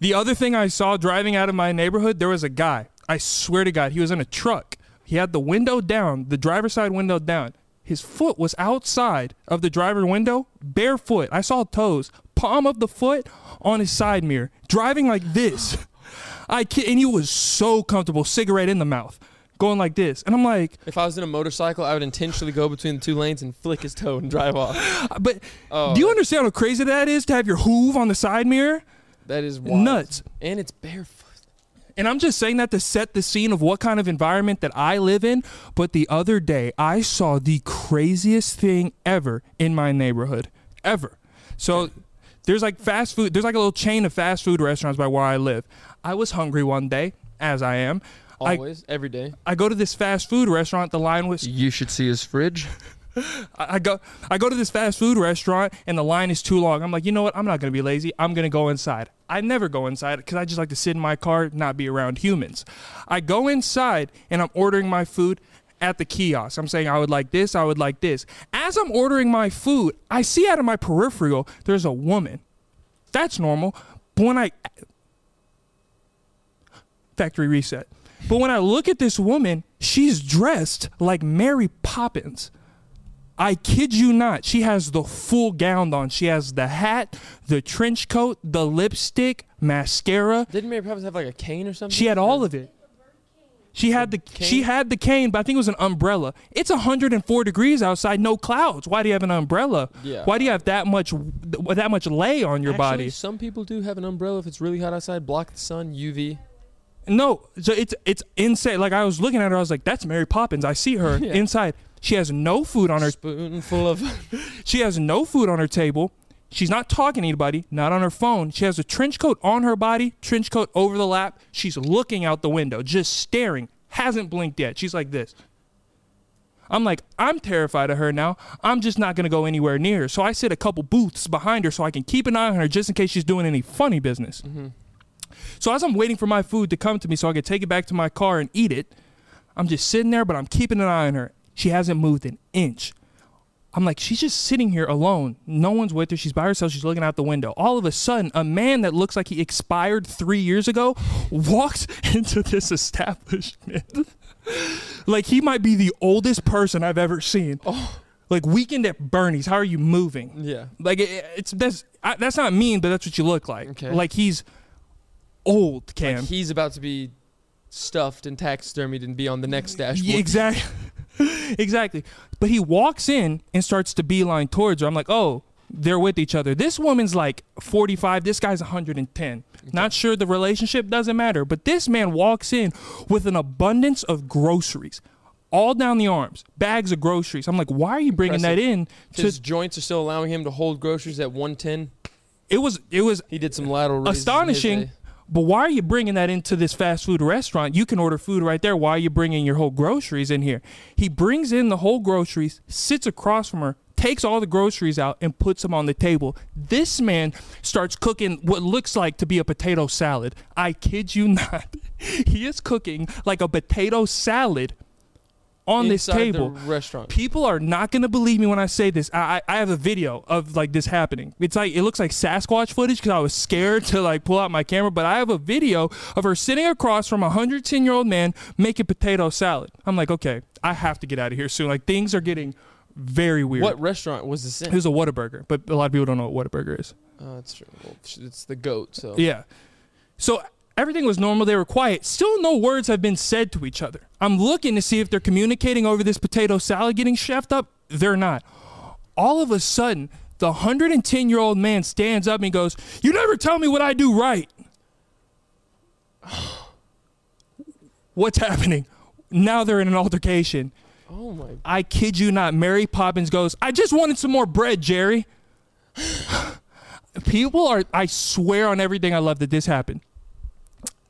[SPEAKER 1] The other thing I saw driving out of my neighborhood, there was a guy. I swear to God, he was in a truck. He had the window down, the driver's side window down. His foot was outside of the driver window, barefoot. I saw toes, palm of the foot on his side mirror, driving like this. I kid, and he was so comfortable, cigarette in the mouth, going like this. And I'm like,
[SPEAKER 3] If I was in a motorcycle, I would intentionally go between the two lanes and flick his toe and drive off.
[SPEAKER 1] but
[SPEAKER 3] Oh,
[SPEAKER 1] do you understand how crazy that is to have your hoove on the side mirror?
[SPEAKER 3] that is wild.
[SPEAKER 1] Nuts.
[SPEAKER 3] And it's barefoot.
[SPEAKER 1] And I'm just saying that to set the scene of what kind of environment that I live in. But the other day, I saw the craziest thing ever in my neighborhood. Ever. So there's like fast food, there's like a little chain of fast food restaurants by where I live. I was hungry one day, as I am. I,
[SPEAKER 3] Always, every day.
[SPEAKER 1] I go to this fast food restaurant. The line was
[SPEAKER 3] You should see his fridge.
[SPEAKER 1] I I go I go to this fast food restaurant and the line is too long. I'm like, you know what? I'm not gonna be lazy. I'm gonna go inside. I never go inside because I just like to sit in my car, not be around humans. I go inside and I'm ordering my food at the kiosk. I'm saying I would like this, I would like this. As I'm ordering my food, I see out of my peripheral there's a woman. That's normal. But when I factory reset. But when I look at this woman, she's dressed like Mary Poppins. I kid you not. She has the full gown on. She has the hat, the trench coat, the lipstick, mascara.
[SPEAKER 3] Didn't Mary Poppins have like a cane or something?
[SPEAKER 1] She had all of it. She had the she
[SPEAKER 3] cane?
[SPEAKER 1] had the cane, but I think it was an umbrella. It's 104 degrees outside, no clouds. Why do you have an umbrella?
[SPEAKER 3] Yeah.
[SPEAKER 1] Why do you have that much that much lay on your
[SPEAKER 3] Actually,
[SPEAKER 1] body?
[SPEAKER 3] Some people do have an umbrella if it's really hot outside, block the sun, UV.
[SPEAKER 1] No, so it's it's insane. Like I was looking at her, I was like, "That's Mary Poppins." I see her
[SPEAKER 3] Yeah.
[SPEAKER 1] inside. She has no food on her.
[SPEAKER 3] Spoonful of.
[SPEAKER 1] She has no food on her table. She's not talking to anybody, not on her phone. She has a trench coat on her body, trench coat over the lap. She's looking out the window, just staring, hasn't blinked yet. She's like this. I'm like, I'm terrified of her now. I'm just not going to go anywhere near her. So I sit a couple booths behind her so I can keep an eye on her just in case she's doing any funny business. So as I'm waiting for my food to come to me so I can take it back to my car and eat it, I'm just sitting there, but I'm keeping an eye on her. She hasn't moved an inch. I'm like, she's just sitting here alone. No one's with her. She's by herself. She's looking out the window. All of a sudden, a man that looks like he expired three years ago walks into this establishment. like, he might be the oldest person I've ever seen. Like, weekend at Bernie's. How are you moving?
[SPEAKER 3] yeah.
[SPEAKER 1] Like it, it's that's I, that's not mean, but that's what you look like.
[SPEAKER 3] Okay.
[SPEAKER 1] Like he's old, Cam.
[SPEAKER 3] Like he's about to be stuffed and taxidermied and be on the next dashboard.
[SPEAKER 1] Yeah, exactly. exactly. But he walks in and starts to beeline towards her. I'm like, oh, they're with each other. This woman's like 45, this guy's 110. Not sure the relationship doesn't matter, but this man walks in with an abundance of groceries. All down the arms, bags of groceries. I'm like, why are you bringing that in? To,
[SPEAKER 3] His joints are still allowing him to hold groceries at 110.
[SPEAKER 1] it was it was
[SPEAKER 3] He did some lateral raises in his
[SPEAKER 1] astonishing.
[SPEAKER 3] day.
[SPEAKER 1] But why are you bringing that into this fast food restaurant? You can order food right there. Why are you bringing your whole groceries in here? He brings in the whole groceries, sits across from her, takes all the groceries out, and puts them on the table. This man starts cooking what looks like to be a potato salad. I kid you not. He is cooking like a potato salad on this
[SPEAKER 3] Inside the
[SPEAKER 1] table.
[SPEAKER 3] restaurant.
[SPEAKER 1] People are not gonna believe me when I say this. I I, I have a video of like this happening. It's like it looks like Sasquatch footage because I was scared to like pull out my camera, but I have a video of her sitting across from a 110 year old man making potato salad. I'm like, okay, I have to get out of here soon. Like things are getting very weird.
[SPEAKER 3] What restaurant was this
[SPEAKER 1] It
[SPEAKER 3] in?
[SPEAKER 1] was a Whataburger, but a lot of people don't know what Whataburger is.
[SPEAKER 3] Oh, that's true. Well, it's the goat. So
[SPEAKER 1] Yeah. So everything was normal. They were quiet. Still, no words have been said to each other. I'm looking to see if they're communicating over this potato salad getting chefed up. They're not. All of a sudden, the 110 year old man stands up and he goes, You never tell me what I do right. What's happening? Now they're in an altercation.
[SPEAKER 3] Oh my.
[SPEAKER 1] I kid you not, Mary Poppins goes, I just wanted some more bread, Jerry. People are, I swear on everything I love that this happened.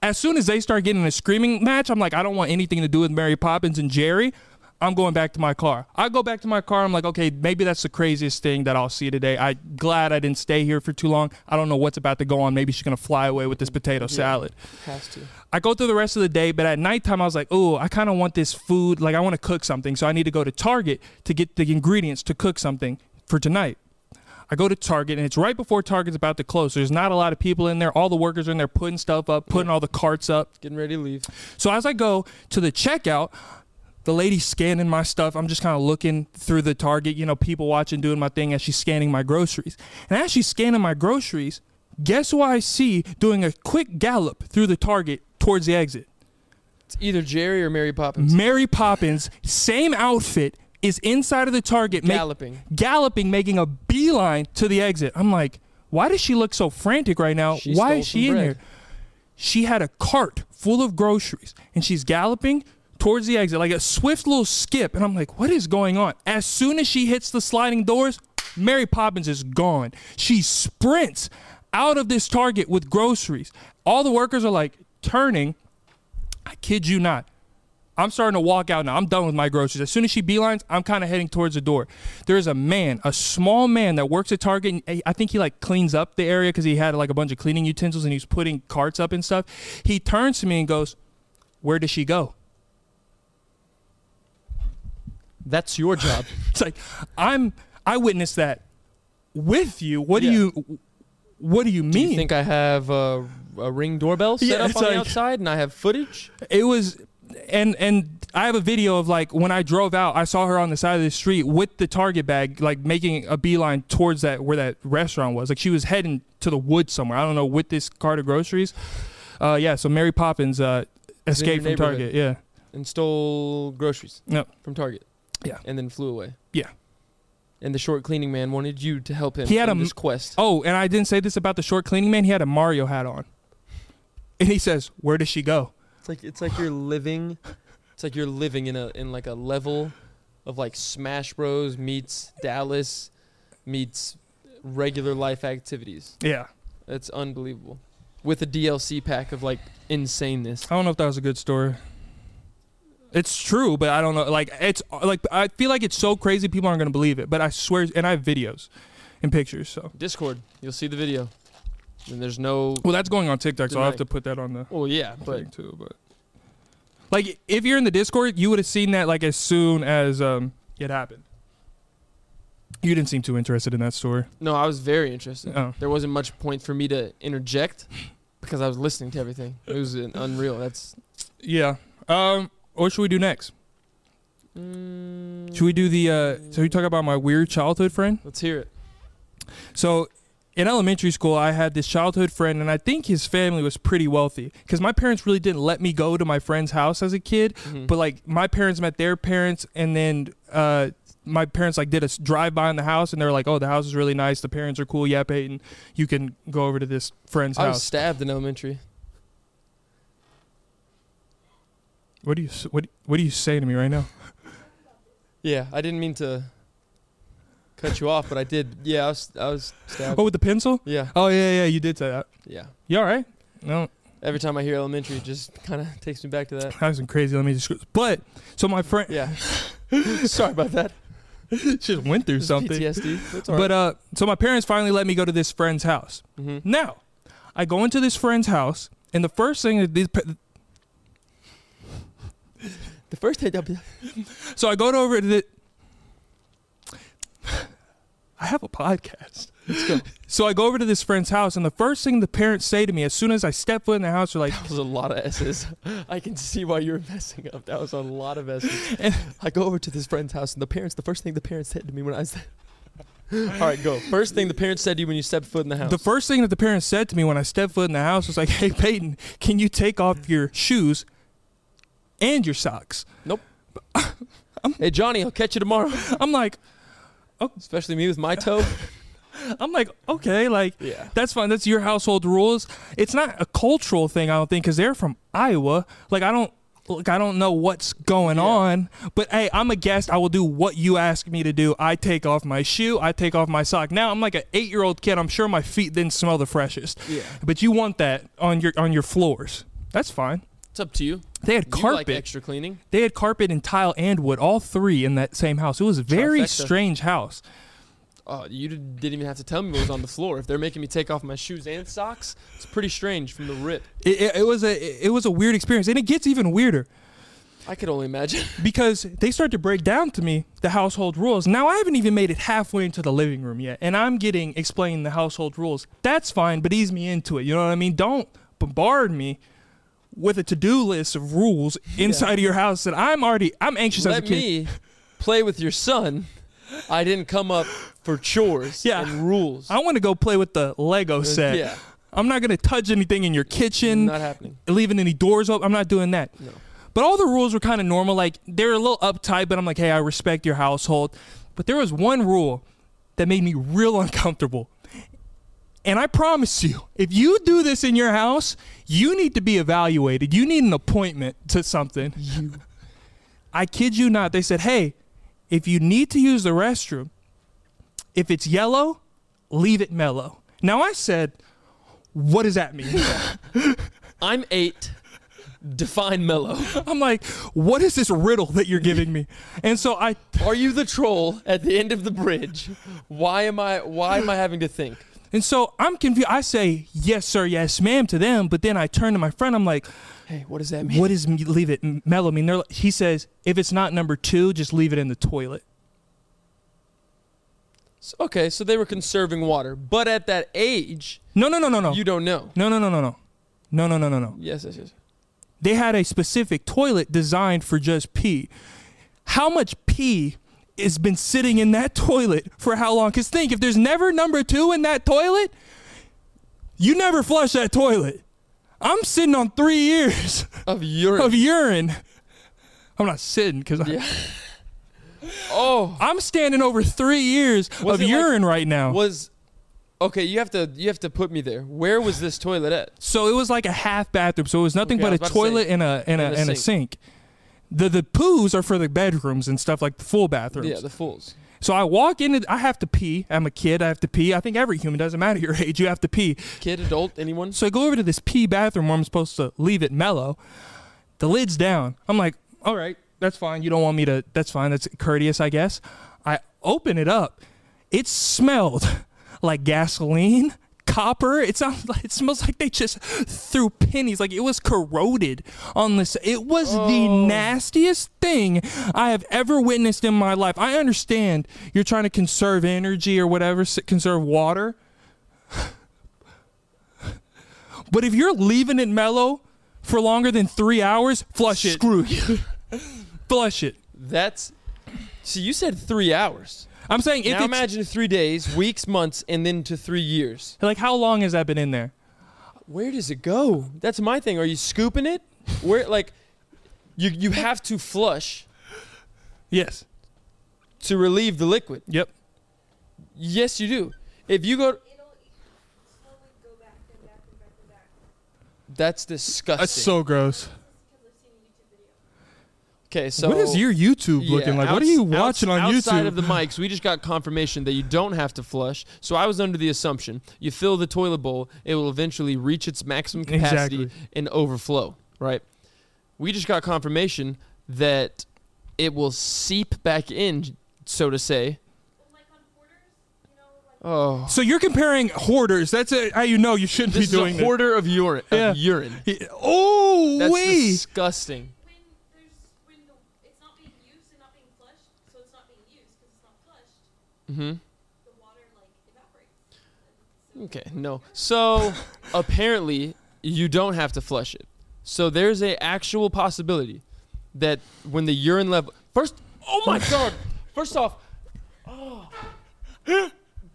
[SPEAKER 1] As soon as they start getting a screaming match, I'm like, I don't want anything to do with Mary Poppins and Jerry. I'm going back to my car. I go back to my car. I'm like, okay, maybe that's the craziest thing that I'll see today. i glad I didn't stay here for too long. I don't know what's about to go on. Maybe she's going to fly away with this potato salad.
[SPEAKER 3] Has to.
[SPEAKER 1] I go through the rest of the day, but at nighttime I was like, "Ooh, I kind of want this food. Like I want to cook something, so I need to go to Target to get the ingredients to cook something for tonight." I go to Target and it's right before Target's about to close. There's not a lot of people in there. All the workers are in there putting stuff up, putting all the carts up.
[SPEAKER 3] Getting ready to leave.
[SPEAKER 1] So as I go to the checkout, the lady's scanning my stuff. I'm just kind of looking through the Target, you know, people watching, doing my thing as she's scanning my groceries. And as she's scanning my groceries, guess who I see doing a quick gallop through the Target towards the exit?
[SPEAKER 3] It's either Jerry or Mary Poppins.
[SPEAKER 1] Mary Poppins, same outfit, is inside of the Target, ma-
[SPEAKER 3] Galloping.
[SPEAKER 1] galloping, making a beeline to the exit. I'm like, why does she look so frantic right now?
[SPEAKER 3] She
[SPEAKER 1] why
[SPEAKER 3] stole
[SPEAKER 1] is she
[SPEAKER 3] some
[SPEAKER 1] in
[SPEAKER 3] bread.
[SPEAKER 1] here? She had a cart full of groceries and she's galloping towards the exit like a swift little skip. And I'm like, what is going on? As soon as she hits the sliding doors, Mary Poppins is gone. She sprints out of this Target with groceries. All the workers are like turning. I kid you not. I'm starting to walk out now. I'm done with my groceries. As soon as she beelines, I'm kind of heading towards the door. There is a man, a small man that works at Target. And I think he like cleans up the area because he had like a bunch of cleaning utensils and he's putting carts up and stuff. He turns to me and goes, "Where does she go?"
[SPEAKER 3] That's your job.
[SPEAKER 1] It's like I'm. I witnessed that with you. What
[SPEAKER 3] Yeah.
[SPEAKER 1] do you? What do you
[SPEAKER 3] Do
[SPEAKER 1] mean?
[SPEAKER 3] you think I have uh, a ring doorbell set
[SPEAKER 1] Yeah,
[SPEAKER 3] up
[SPEAKER 1] it's
[SPEAKER 3] on
[SPEAKER 1] like-
[SPEAKER 3] the outside and I have footage?
[SPEAKER 1] it was and and I have a video of like when I drove out, I saw her on the side of the street with the Target bag, like making a beeline towards that where that restaurant was. Like she was heading to the woods somewhere. I don't know with this cart of groceries. Uh, yeah. So Mary Poppins uh, escaped from
[SPEAKER 3] your
[SPEAKER 1] Target. Yeah.
[SPEAKER 3] and stole groceries
[SPEAKER 1] Yep.
[SPEAKER 3] from Target.
[SPEAKER 1] Yeah.
[SPEAKER 3] And then flew away.
[SPEAKER 1] Yeah.
[SPEAKER 3] And the short cleaning man wanted you to help him
[SPEAKER 1] He had
[SPEAKER 3] in
[SPEAKER 1] a-
[SPEAKER 3] this quest.
[SPEAKER 1] Oh, and I didn't say this about the short cleaning man. He had a Mario hat on, and he says, "Where does she go?"
[SPEAKER 3] It's like it's like you're living it's like you're living in a in like a level of like Smash Bros meets Dallas meets regular life activities.
[SPEAKER 1] Yeah.
[SPEAKER 3] That's unbelievable. With a DLC pack of like insaneness.
[SPEAKER 1] I don't know if that was a good story. It's true, but I don't know. Like it's like I feel like it's so crazy people aren't gonna believe it. But I swear, and I have videos and pictures. So
[SPEAKER 3] Discord, you'll see the video. And there's no
[SPEAKER 1] well, that's going on TikTok, so I'll have to
[SPEAKER 3] Tonight.
[SPEAKER 1] put that on the
[SPEAKER 3] Well, yeah, but
[SPEAKER 1] thing too. But like, if you're in the Discord, you would have seen that like as soon as um it happened. You didn't seem too interested in that story.
[SPEAKER 3] No, I was very interested.
[SPEAKER 1] Oh.
[SPEAKER 3] There wasn't much point for me to interject because I was listening to everything. It was an unreal. That's.
[SPEAKER 1] Yeah. Um. What should we do next?
[SPEAKER 3] Mm,
[SPEAKER 1] Should we do the? uh So you talk about my weird childhood friend.
[SPEAKER 3] Let's hear it.
[SPEAKER 1] So in elementary school, I had this childhood friend, and I think his family was pretty wealthy because my parents really didn't let me go to my friend's house as a kid.
[SPEAKER 3] Mhm.
[SPEAKER 1] But like my parents met their parents, and then uh, my parents like did a drive by in the house, and they were like, "Oh, the house is really nice. The parents are cool. Yeah, Peyton, you can go over to this friend's
[SPEAKER 3] I was
[SPEAKER 1] house."
[SPEAKER 3] stabbed in elementary.
[SPEAKER 1] what do you s- what What do you say to me right now?
[SPEAKER 3] Yeah, I didn't mean to cut you off, but I did. Yeah, I was, I was stabbed.
[SPEAKER 1] Oh, with the pencil?
[SPEAKER 3] Yeah,
[SPEAKER 1] Oh yeah, yeah, you did say that.
[SPEAKER 3] yeah.
[SPEAKER 1] You all right? No,
[SPEAKER 3] Every time I hear elementary, it just kind of takes me back to that.
[SPEAKER 1] that wasn't crazy. Let me just. But so my friend
[SPEAKER 3] Yeah. Sorry about that.
[SPEAKER 1] just went through
[SPEAKER 3] It's
[SPEAKER 1] something.
[SPEAKER 3] PTSD. That's all right.
[SPEAKER 1] But uh, so my parents finally let me go to this friend's house.
[SPEAKER 3] Mhm.
[SPEAKER 1] Now, I go into this friend's house, and the first thing that these, pa-
[SPEAKER 3] the first day, I'll be-
[SPEAKER 1] so I go to over to the. I have a podcast.
[SPEAKER 3] let's go.
[SPEAKER 1] So I go over to this friend's house, and the first thing the parents say to me as soon as I step foot in the house, they're like,
[SPEAKER 3] That was a lot of S's. I can see why you were messing up. That was a lot of S's. I go over to this friend's house, and the parents, the first thing the parents said to me when I said, All right, go. First thing the parents said to you when you stepped foot in the house.
[SPEAKER 1] The first thing that the parents said to me when I stepped foot in the house was like, "Hey Peyton, can you take off your shoes and your socks?"
[SPEAKER 3] hey, Johnny, I'll catch you tomorrow.
[SPEAKER 1] I'm like,
[SPEAKER 3] Especially me with my toe.
[SPEAKER 1] I'm like, okay, like
[SPEAKER 3] Yeah.
[SPEAKER 1] that's fine. That's your household rules. It's not a cultural thing, I don't think, because they're from Iowa. Like I don't, like I don't know what's going
[SPEAKER 3] Yeah.
[SPEAKER 1] on. But hey, I'm a guest. I will do what you ask me to do. I take off my shoe. I take off my sock. Now I'm like an eight year old kid. I'm sure my feet didn't smell the freshest.
[SPEAKER 3] Yeah.
[SPEAKER 1] But you want that on your on your floors. That's fine.
[SPEAKER 3] It's up to you.
[SPEAKER 1] They had
[SPEAKER 3] You
[SPEAKER 1] carpet.
[SPEAKER 3] like extra cleaning.
[SPEAKER 1] They had carpet and tile and wood, all three in that same house. It was a very
[SPEAKER 3] Trifecta.
[SPEAKER 1] strange house.
[SPEAKER 3] Oh, you did- didn't even have to tell me what was on the floor. If they're making me take off my shoes and socks, it's pretty strange from the rip.
[SPEAKER 1] It, it, it was a it was a weird experience, and it gets even weirder
[SPEAKER 3] I could only imagine.
[SPEAKER 1] because they start to break down to me the household rules. Now I haven't even made it halfway into the living room yet, and I'm getting explained the household rules. That's fine, but ease me into it. You know what I mean? Don't bombard me with a to-do list of rules inside of your house that I'm already I'm anxious as a
[SPEAKER 3] Let
[SPEAKER 1] kid.
[SPEAKER 3] me play with your son. I didn't come up for chores
[SPEAKER 1] Yeah.
[SPEAKER 3] and rules.
[SPEAKER 1] I want to go play with the Lego
[SPEAKER 3] Uh,
[SPEAKER 1] set.
[SPEAKER 3] Yeah,
[SPEAKER 1] I'm not gonna touch anything in your kitchen.
[SPEAKER 3] not happening.
[SPEAKER 1] leaving any doors open. I'm not doing that.
[SPEAKER 3] No.
[SPEAKER 1] But all the rules were kind of normal. Like they're a little uptight, but I'm like, hey, I respect your household. But there was one rule that made me real uncomfortable. And I promise you, if you do this in your house, you need to be evaluated. You need an appointment to something.
[SPEAKER 3] You.
[SPEAKER 1] I kid you not. They said, hey, if you need to use the restroom, if it's yellow, leave it mellow. Now I said, what does that mean?
[SPEAKER 3] I'm eight. Define mellow.
[SPEAKER 1] I'm like, what is this riddle that you're giving me? And so I,
[SPEAKER 3] Are you the troll at the end of the bridge? Why am I? Why am I having to think?
[SPEAKER 1] and so I'm confused. I say yes, sir, yes, ma'am to them, but then I turn to my friend. I'm like,
[SPEAKER 3] Hey, what does that mean?
[SPEAKER 1] what is me- leave it m- mellow mean? They're, like- he says, if it's not number two, just leave it in the toilet.
[SPEAKER 3] S- Okay, so they were conserving water, but at that age,
[SPEAKER 1] No, no, no, no, no,
[SPEAKER 3] you don't know.
[SPEAKER 1] no, no, no, no, no, no, no, no, no, no.
[SPEAKER 3] Yes, yes, yes.
[SPEAKER 1] They had a specific toilet designed for just pee. How much pee? Has been sitting in that toilet for how long? Because think, if there's never number two in that toilet, you never flush that toilet. I'm sitting on three years.
[SPEAKER 3] Of urine.
[SPEAKER 1] of urine. I'm not sitting because
[SPEAKER 3] Yeah. oh,
[SPEAKER 1] I'm standing over three years
[SPEAKER 3] Was
[SPEAKER 1] of
[SPEAKER 3] it like-
[SPEAKER 1] urine right now.
[SPEAKER 3] was okay. You have to. You have to put me there. Where was this toilet at?
[SPEAKER 1] So it was like a half bathroom. So it was nothing
[SPEAKER 3] Okay, I was
[SPEAKER 1] but
[SPEAKER 3] about
[SPEAKER 1] a
[SPEAKER 3] to say,
[SPEAKER 1] toilet and a and a, and a sink. The the poos are for the bedrooms and stuff like the full bathrooms.
[SPEAKER 3] Yeah, the fools.
[SPEAKER 1] so I walk in. I have to pee. I'm a kid. I have to pee. I think every human doesn't matter your age. You have to pee.
[SPEAKER 3] Kid, adult, anyone?
[SPEAKER 1] So I go over to this pee bathroom where I'm supposed to leave it mellow. The lid's down. I'm like, all right, that's fine. You don't want me to, that's fine. That's courteous, I guess. I open it up. It smelled like gasoline, copper. It sounds like, it smells like they just threw pennies. Like it was corroded on this. It was the nastiest thing I have ever witnessed in my life. I understand you're trying to conserve energy or whatever, s- conserve water. But if you're leaving it mellow for longer than three hours, flush it.
[SPEAKER 3] Screw you.
[SPEAKER 1] Flush it.
[SPEAKER 3] That's. See, you said three hours.
[SPEAKER 1] I'm saying if
[SPEAKER 3] now
[SPEAKER 1] it's
[SPEAKER 3] imagine three days, weeks, months, and then to three years.
[SPEAKER 1] like how long has that been in there?
[SPEAKER 3] Where does it go? That's my thing. Are you scooping it? Where like, you you have to flush.
[SPEAKER 1] Yes.
[SPEAKER 3] to relieve the liquid.
[SPEAKER 1] Yep.
[SPEAKER 3] Yes, you do. If you go,
[SPEAKER 4] It'll slowly go back and back and back and back.
[SPEAKER 3] that's disgusting.
[SPEAKER 1] That's so gross.
[SPEAKER 4] Because I've seen a YouTube video.
[SPEAKER 3] okay. So
[SPEAKER 1] what is your YouTube looking
[SPEAKER 3] Yeah,
[SPEAKER 1] like? what are
[SPEAKER 3] outs-
[SPEAKER 1] you watching
[SPEAKER 3] outs-
[SPEAKER 1] on
[SPEAKER 3] Outside
[SPEAKER 1] YouTube?
[SPEAKER 3] of the mics, we just got confirmation that you don't have to flush. So I was under the assumption you fill the toilet bowl, it will eventually reach its maximum capacity
[SPEAKER 1] Exactly.
[SPEAKER 3] and overflow. Right? We just got confirmation that it will seep back in, so to say.
[SPEAKER 4] Well, like on quarters, you know, like
[SPEAKER 3] Oh,
[SPEAKER 1] so you're comparing hoarders. That's a, how you know you shouldn't
[SPEAKER 3] this
[SPEAKER 1] be doing
[SPEAKER 3] is a hoarder of urine.
[SPEAKER 1] Yeah.
[SPEAKER 3] Of urine.
[SPEAKER 1] It. Oh
[SPEAKER 3] That's
[SPEAKER 1] wait.
[SPEAKER 3] disgusting.
[SPEAKER 4] when there's when the it's not being used and not being flushed, so it's not being used because it's not flushed.
[SPEAKER 3] hmm
[SPEAKER 1] Mm-hmm.
[SPEAKER 4] The water like evaporates.
[SPEAKER 3] Okay, no. So apparently you don't have to flush it. So there's a actual possibility that when the urine level first oh my god. First off, oh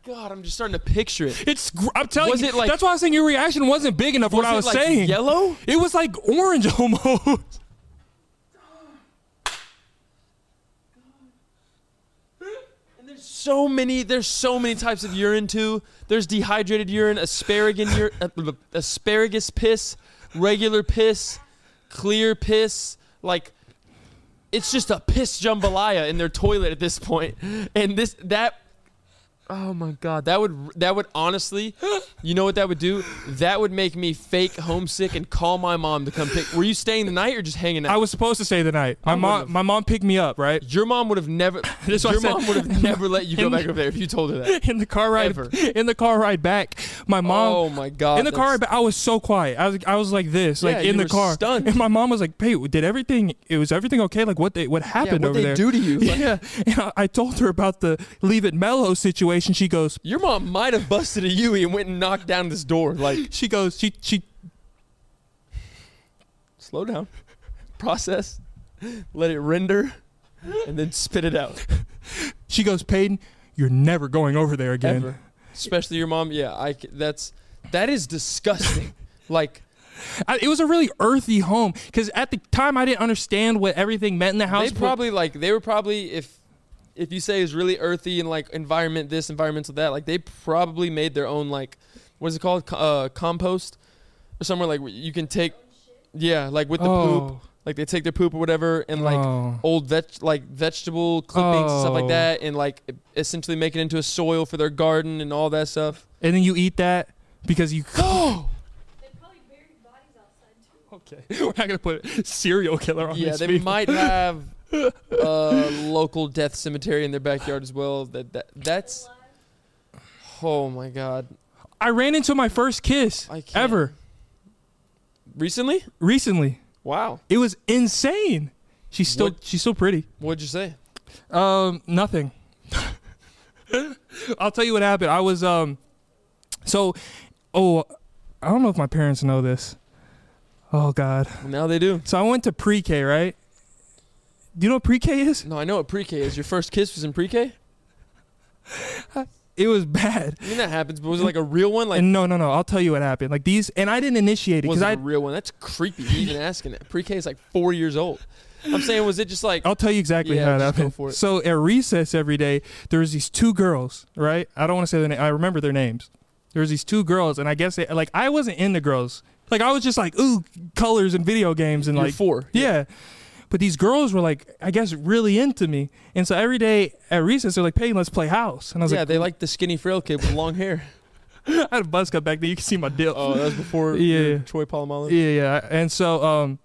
[SPEAKER 3] god, I'm just starting to picture it.
[SPEAKER 1] It's. gr- I'm telling
[SPEAKER 3] Was
[SPEAKER 1] you.
[SPEAKER 3] it like-
[SPEAKER 1] that's why I was saying your reaction wasn't big enough. what
[SPEAKER 3] Was
[SPEAKER 1] I
[SPEAKER 3] it,
[SPEAKER 1] was
[SPEAKER 3] like,
[SPEAKER 1] saying.
[SPEAKER 3] yellow?
[SPEAKER 1] It was like orange almost.
[SPEAKER 3] So many there's so many types of urine too. There's dehydrated urine, asparagus urine, asparagus piss, regular piss, clear piss, like it's just a piss jambalaya in their toilet at this point. And this that Oh my god, that would that would honestly, you know what that would do? That would make me fake homesick and call my mom to come pick. Were you staying the night or just hanging out?
[SPEAKER 1] I was supposed to stay the night. My
[SPEAKER 3] I
[SPEAKER 1] mom.
[SPEAKER 3] would've-
[SPEAKER 1] My mom picked me up right
[SPEAKER 3] your mom would have never.
[SPEAKER 1] That's what I
[SPEAKER 3] Your
[SPEAKER 1] said.
[SPEAKER 3] mom would have never let you go
[SPEAKER 1] In-
[SPEAKER 3] back over there if you told her that.
[SPEAKER 1] in the car ride.
[SPEAKER 3] Ever.
[SPEAKER 1] In the car ride back, my mom.
[SPEAKER 3] oh my god!
[SPEAKER 1] in the car,
[SPEAKER 3] that's-
[SPEAKER 1] but I was so quiet. I was I was like this,
[SPEAKER 3] Yeah,
[SPEAKER 1] like in
[SPEAKER 3] you
[SPEAKER 1] the
[SPEAKER 3] were
[SPEAKER 1] car.
[SPEAKER 3] stunned.
[SPEAKER 1] And my mom was like, "Hey, did everything? It was everything okay? Like what they what
[SPEAKER 3] Yeah,
[SPEAKER 1] happened
[SPEAKER 3] what
[SPEAKER 1] over
[SPEAKER 3] they
[SPEAKER 1] there?"
[SPEAKER 3] do to you? Like,
[SPEAKER 1] yeah, and I, I told her about the leave it mellow situation. She goes,
[SPEAKER 3] Your mom might have busted a Yui and went and knocked down this door. Like,
[SPEAKER 1] she goes, she she.
[SPEAKER 3] slow down, process, let it render, and then spit it out.
[SPEAKER 1] She goes, Peyton, you're never going over there again.
[SPEAKER 3] Ever, especially your mom. Yeah, I. c- That's that is disgusting. like
[SPEAKER 1] I, it was a really earthy home because at the time I didn't understand what everything meant in the house.
[SPEAKER 3] they
[SPEAKER 1] but-
[SPEAKER 3] probably like they were probably if if you say it's really earthy and like environment this environmental that like they probably made their own like what is it called Co- uh, compost or somewhere like where you can take yeah like with the poop
[SPEAKER 1] oh,
[SPEAKER 3] like they take their poop or whatever and like
[SPEAKER 1] oh.
[SPEAKER 3] old veg like vegetable clippings and stuff
[SPEAKER 1] Oh.
[SPEAKER 3] like that and like essentially make it into a soil for their garden and all that stuff
[SPEAKER 1] and then you eat that because you. Oh.
[SPEAKER 4] They probably buried bodies outside too.
[SPEAKER 1] Okay, we're not gonna put serial killer on
[SPEAKER 3] yeah
[SPEAKER 1] these
[SPEAKER 3] they
[SPEAKER 1] people.
[SPEAKER 3] might have a local death cemetery in their backyard as well that, that that's
[SPEAKER 4] Alive.
[SPEAKER 3] oh my god
[SPEAKER 1] I ran into my first kiss
[SPEAKER 3] I can't.
[SPEAKER 1] ever
[SPEAKER 3] recently
[SPEAKER 1] recently.
[SPEAKER 3] wow
[SPEAKER 1] It was insane. She's still
[SPEAKER 3] What-
[SPEAKER 1] she's still pretty.
[SPEAKER 3] What'd you say?
[SPEAKER 1] Um, nothing. I'll tell you what happened. I was um, so, oh, I don't know if my parents know this. Oh God.
[SPEAKER 3] Now they do.
[SPEAKER 1] So I went to pre-K, right? Do you know what pre-K is?
[SPEAKER 3] No, I know what pre-K is. Your first kiss was in pre-K.
[SPEAKER 1] It was bad.
[SPEAKER 3] I mean that happens, but was it like a real one? Like
[SPEAKER 1] and no, no, no. I'll tell you what happened. Like these, and I didn't initiate it
[SPEAKER 3] was
[SPEAKER 1] because
[SPEAKER 3] it a
[SPEAKER 1] I.
[SPEAKER 3] real one? That's creepy. Even asking that. Pre-K is like four years old. I'm saying, was it just like
[SPEAKER 1] I'll tell you exactly
[SPEAKER 3] Yeah,
[SPEAKER 1] how it
[SPEAKER 3] just go
[SPEAKER 1] happened.
[SPEAKER 3] for it.
[SPEAKER 1] So at recess every day, there was these two girls, right? I don't want to say their name. I remember their names. There was these two girls, and I guess they, like I wasn't into girls. Like I was just like ooh colors and video games and
[SPEAKER 3] you're
[SPEAKER 1] like
[SPEAKER 3] four?
[SPEAKER 1] yeah. But these girls were like I guess really into me, and so every day at recess they're like Peyton, let's play house, and I was
[SPEAKER 3] yeah.
[SPEAKER 1] like
[SPEAKER 3] they like the skinny frail kid with long hair.
[SPEAKER 1] I had a buzz cut back then. You can see my dip.
[SPEAKER 3] Oh, that was before
[SPEAKER 1] Yeah.
[SPEAKER 3] your Troy Polamalu.
[SPEAKER 1] Yeah, yeah. And so um,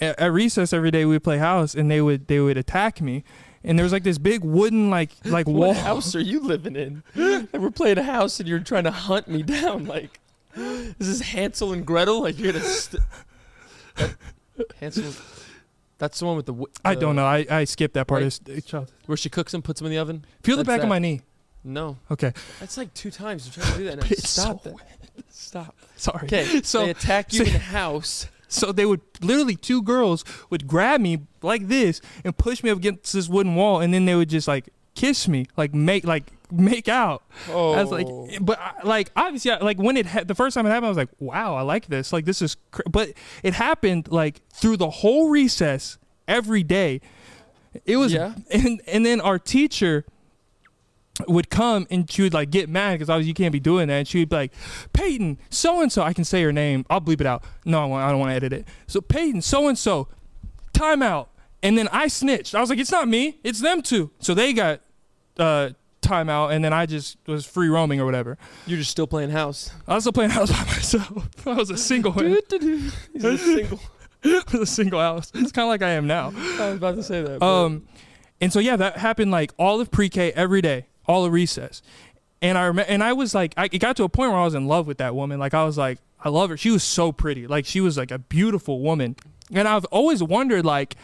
[SPEAKER 1] at, at recess every day we would play house, and they would they would attack me, and there was like this big wooden like like
[SPEAKER 3] What
[SPEAKER 1] wall.
[SPEAKER 3] house are you living in? And we're playing a house, and you're trying to hunt me down. Like, is this Hansel and Gretel? Like you're gonna st- that, Hansel? That's the one with the. wi-
[SPEAKER 1] I
[SPEAKER 3] the-
[SPEAKER 1] don't know. I, I skipped that part.
[SPEAKER 3] Right.
[SPEAKER 1] It's, it's child.
[SPEAKER 3] Where she cooks them, puts them in the oven.
[SPEAKER 1] Feel the
[SPEAKER 3] That's
[SPEAKER 1] back
[SPEAKER 3] that.
[SPEAKER 1] of my knee.
[SPEAKER 3] No.
[SPEAKER 1] Okay.
[SPEAKER 3] That's like two times you're trying to do that. Now.
[SPEAKER 1] It's
[SPEAKER 3] Stop
[SPEAKER 1] so
[SPEAKER 3] that. Stop.
[SPEAKER 1] Sorry.
[SPEAKER 3] Okay, so
[SPEAKER 1] So-
[SPEAKER 3] they attack you
[SPEAKER 1] so-
[SPEAKER 3] in the house.
[SPEAKER 1] So they would literally two girls would grab me like this and push me up against this wooden wall, and then they would just like kiss me, like make like make out.
[SPEAKER 3] Oh,
[SPEAKER 1] I was like, but I, like obviously, I, like when it ha- the first time it happened, I was like, wow, I like this. Like this is, cr-. but it happened like through the whole recess every day. It was,
[SPEAKER 3] Yeah.
[SPEAKER 1] and and then our teacher would come and she would like get mad because obviously you can't be doing that. And she would be like, Peyton, so and so. I can say her name. I'll bleep it out. No, I, won't- I don't want to edit it. So Peyton, so and so, timeout. And then I snitched. I was like, it's not me, it's them two. So they got uh, timeout, and then I just was free roaming or whatever.
[SPEAKER 3] You're just still playing house.
[SPEAKER 1] I was still playing house by myself. I was a single.
[SPEAKER 3] He's a single.
[SPEAKER 1] I was a single house. It's kind of like I am now.
[SPEAKER 3] I was about to say that. but-
[SPEAKER 1] Um, and so yeah, that happened like all of pre-K every day, all of recess, and I remember, and I was like, I, it got to a point where I was in love with that woman. Like I was like, I love her. She was so pretty. Like she was like a beautiful woman, and I've always wondered like,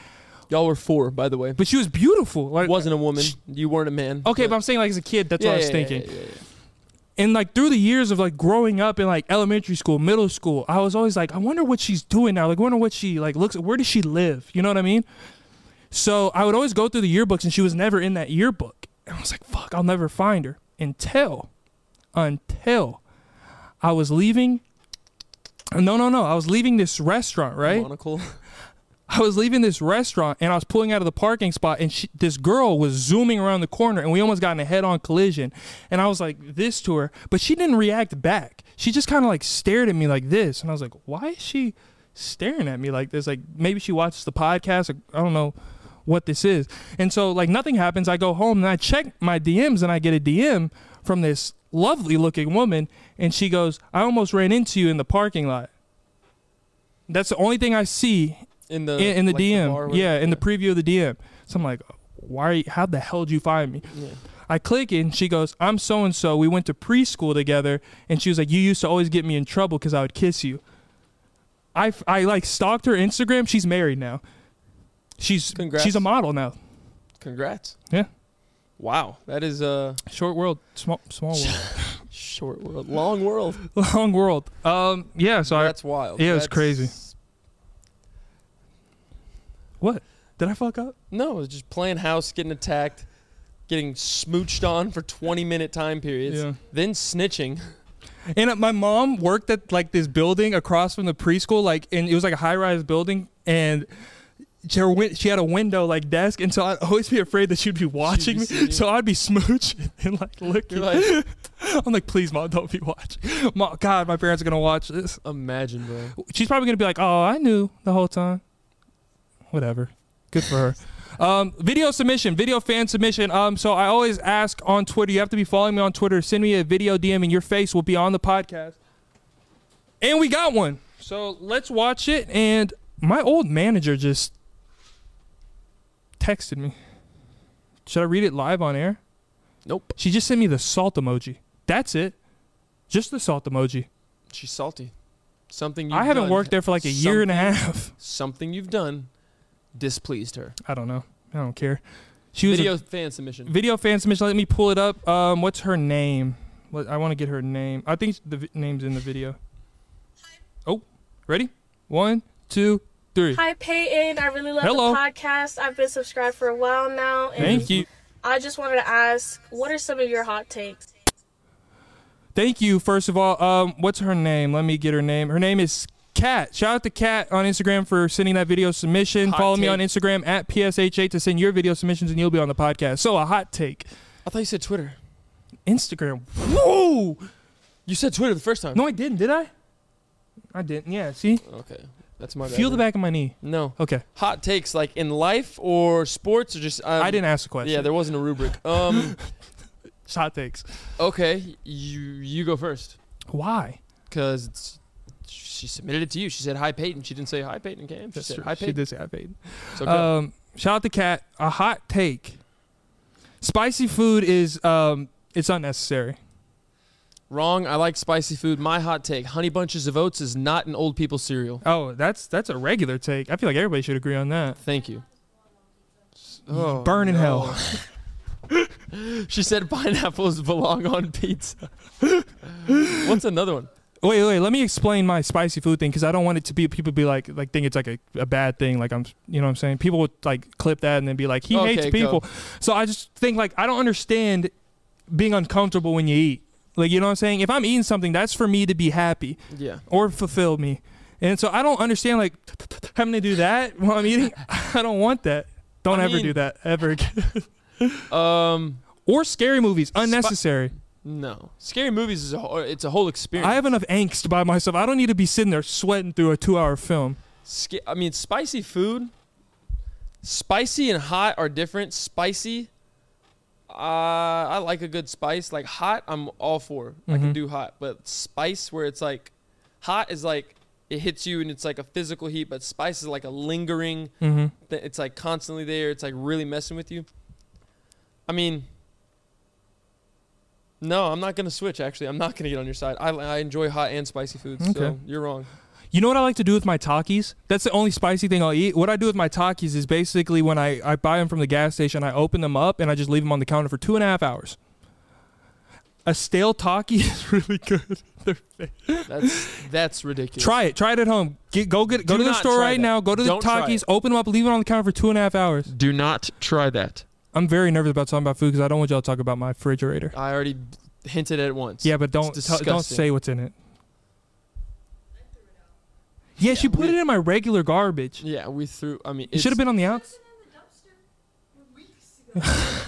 [SPEAKER 3] y'all were four, by the way.
[SPEAKER 1] but she was beautiful. Like
[SPEAKER 3] wasn't a woman. You weren't a man.
[SPEAKER 1] okay, but I'm saying like as a kid, that's what I was thinking.
[SPEAKER 3] yeah, yeah, yeah.
[SPEAKER 1] and like through the years of like growing up in like elementary school, middle school, I was always like, I wonder what she's doing now. Like, I wonder what she like looks. Where does she live? You know what I mean? So I would always go through the yearbooks, and she was never in that yearbook. And I was like, fuck, I'll never find her until, until, I was leaving. No, no, no. I was leaving this restaurant, right?
[SPEAKER 3] Monocle.
[SPEAKER 1] I was leaving this restaurant and I was pulling out of the parking spot, and she, this girl was zooming around the corner, and we almost got in a head-on collision. And I was like this to her, but she didn't react back. She just kind of like stared at me like this, and I was like, "Why is she staring at me like this? Like maybe she watches the podcast. Or, I don't know what this is." And so like nothing happens. I go home and I check my DMs, and I get a DM from this lovely-looking woman, and she goes, "I almost ran into you in the parking lot." That's the only thing I see
[SPEAKER 3] In the
[SPEAKER 1] in, in the
[SPEAKER 3] like,
[SPEAKER 1] DM.
[SPEAKER 3] bar or
[SPEAKER 1] yeah,
[SPEAKER 3] whatever.
[SPEAKER 1] in the preview of the DM. So I'm like, why? Are you, how the hell did you find me?
[SPEAKER 3] Yeah.
[SPEAKER 1] I click it and she goes, I'm so and so. We went to preschool together, and she was like, you used to always get me in trouble because I would kiss you. I, f- I like stalked her Instagram. She's married now. She's
[SPEAKER 3] Congrats.
[SPEAKER 1] she's a model now.
[SPEAKER 3] Congrats.
[SPEAKER 1] Yeah.
[SPEAKER 3] Wow, that is a
[SPEAKER 1] Short world, small small world,
[SPEAKER 3] short world, long world.
[SPEAKER 1] long world. Um, yeah. So I
[SPEAKER 3] That's wild.
[SPEAKER 1] yeah, it's
[SPEAKER 3] That's-
[SPEAKER 1] crazy. what did I fuck up?
[SPEAKER 3] No, it was just playing house, getting attacked, getting smooched on for 20 minute time periods,
[SPEAKER 1] Yeah.
[SPEAKER 3] then snitching.
[SPEAKER 1] And uh, my mom worked at like this building across from the preschool, like, and it was like a high-rise building, and she, her win- she had a window like desk, and so I'd always be afraid that she'd be watching
[SPEAKER 3] seeing
[SPEAKER 1] me.
[SPEAKER 3] you.
[SPEAKER 1] So I'd be smooching and like looking.
[SPEAKER 3] You're like,
[SPEAKER 1] I'm like, please, mom, don't be watching. Mom, God, my parents are gonna watch this.
[SPEAKER 3] imagine, bro.
[SPEAKER 1] She's probably gonna be like, oh, I knew the whole time. Whatever. Good for her. Um, video submission, video fan submission. Um, so I always ask on Twitter. You have to be following me on Twitter. Send me a video DM, and your face will be on the podcast. And we got one. So let's watch it. And my old manager just texted me. Should I read it live on air?
[SPEAKER 3] Nope.
[SPEAKER 1] She just sent me the salt emoji. That's it. Just the salt emoji.
[SPEAKER 3] She's salty. Something you've
[SPEAKER 1] I haven't
[SPEAKER 3] done-
[SPEAKER 1] worked there for like a year and a half.
[SPEAKER 3] Something you've done displeased her.
[SPEAKER 1] I don't know. I don't care. She was
[SPEAKER 3] Video
[SPEAKER 1] a
[SPEAKER 3] fan submission.
[SPEAKER 1] video fan submission. Let me pull it up. Um, what's her name? What, I want to get her name. I think the vi- name's in the video. Oh, ready? One, two, three.
[SPEAKER 5] Hi, Peyton. I really love
[SPEAKER 1] Hello.
[SPEAKER 5] the podcast. I've been subscribed for a while now. And
[SPEAKER 1] Thank you.
[SPEAKER 5] I just wanted to ask what are some of your hot takes?
[SPEAKER 1] Thank you, first of all. Um, what's her name? Let me get her name. Her name is Kat. Shout out to Kat on Instagram for sending that video submission.
[SPEAKER 3] Hot
[SPEAKER 1] Follow me
[SPEAKER 3] take.
[SPEAKER 1] on Instagram at PSH8 to send your video submissions and you'll be on the podcast. So, a hot take.
[SPEAKER 3] I thought you said Twitter.
[SPEAKER 1] Instagram. Whoa!
[SPEAKER 3] You said Twitter the first time.
[SPEAKER 1] No, I didn't, did I? I didn't. Yeah, see?
[SPEAKER 3] Okay, that's my bad.
[SPEAKER 1] Feel the
[SPEAKER 3] then.
[SPEAKER 1] back of my knee.
[SPEAKER 3] No.
[SPEAKER 1] Okay.
[SPEAKER 3] Hot takes like in life or sports or just um,
[SPEAKER 1] I didn't ask the question.
[SPEAKER 3] Yeah, there wasn't a rubric. Um.
[SPEAKER 1] It's hot takes.
[SPEAKER 3] okay, you you go first.
[SPEAKER 1] Why?
[SPEAKER 3] because she submitted it to you. She said hi Peyton. She didn't say hi Peyton Cam. She said hi
[SPEAKER 1] She
[SPEAKER 3] Peyton.
[SPEAKER 1] did say hi, Peyton.
[SPEAKER 3] So go.
[SPEAKER 1] Um, shout out to Kat. A hot take. Spicy food is um, it's unnecessary.
[SPEAKER 3] Wrong. I like spicy food. My hot take: Honey Bunches of Oats is not an old people cereal.
[SPEAKER 1] Oh, that's that's a regular take. I feel like everybody should agree on that.
[SPEAKER 3] Thank you.
[SPEAKER 1] Burn in
[SPEAKER 3] Oh, no.
[SPEAKER 1] hell.
[SPEAKER 3] she said pineapples belong on pizza. What's another one?
[SPEAKER 1] Wait, wait. Let me explain my spicy food thing because I don't want it to be people be like like think it's like a, a bad thing. Like I'm, you know, what I'm saying people would like clip that and then be like he
[SPEAKER 3] Okay,
[SPEAKER 1] hates
[SPEAKER 3] go.
[SPEAKER 1] people. So I just think like I don't understand being uncomfortable when you eat. Like you know what I'm saying. If I'm eating something, that's for me to be happy.
[SPEAKER 3] Yeah.
[SPEAKER 1] or fulfill me. And so I don't understand like having to do that while I'm eating. I don't want that. Don't
[SPEAKER 3] I
[SPEAKER 1] ever
[SPEAKER 3] mean-
[SPEAKER 1] do that ever again.
[SPEAKER 3] Um.
[SPEAKER 1] or scary movies. Unnecessary.
[SPEAKER 3] No, scary movies is a whole, it's a whole experience.
[SPEAKER 1] I have enough angst by myself. I don't need to be sitting there sweating through a two-hour film.
[SPEAKER 3] Sca- I mean, spicy food. Spicy and hot are different. Spicy, uh, I like a good spice. Like hot, I'm all for. I can do hot, but spice where it's like, hot is like it hits you and it's like a physical heat, but spice is like a lingering.
[SPEAKER 1] Mhm.
[SPEAKER 3] Th- it's like constantly there. It's like really messing with you. I mean, no, I'm not gonna switch. Actually, I'm not gonna get on your side. I, I enjoy hot and spicy foods,
[SPEAKER 1] Okay.
[SPEAKER 3] so you're wrong.
[SPEAKER 1] You know what I like to do with my Takis? That's the only spicy thing I'll eat. What I do with my Takis is basically when I, I buy them from the gas station, I open them up and I just leave them on the counter for two and a half hours. A stale Taki is really good.
[SPEAKER 3] That's that's ridiculous.
[SPEAKER 1] Try it. Try it at home. Get, go get go
[SPEAKER 3] Do
[SPEAKER 1] to the
[SPEAKER 3] not
[SPEAKER 1] store
[SPEAKER 3] try
[SPEAKER 1] right
[SPEAKER 3] that.
[SPEAKER 1] now. Go to the
[SPEAKER 3] Don't try
[SPEAKER 1] Takis,
[SPEAKER 3] it.
[SPEAKER 1] open them up, leave it on the counter for two and a half hours.
[SPEAKER 3] Do not try that.
[SPEAKER 1] I'm very nervous about talking about food because I don't want y'all to talk about my refrigerator.
[SPEAKER 3] I already hinted at it once.
[SPEAKER 1] Yeah, but don't tell don't
[SPEAKER 3] disgusting.
[SPEAKER 1] say what's in it. Yeah, she put
[SPEAKER 3] we-
[SPEAKER 1] it in my regular garbage.
[SPEAKER 3] Yeah, we threw. I mean,
[SPEAKER 1] It should have been on the outs.
[SPEAKER 4] in the dumpster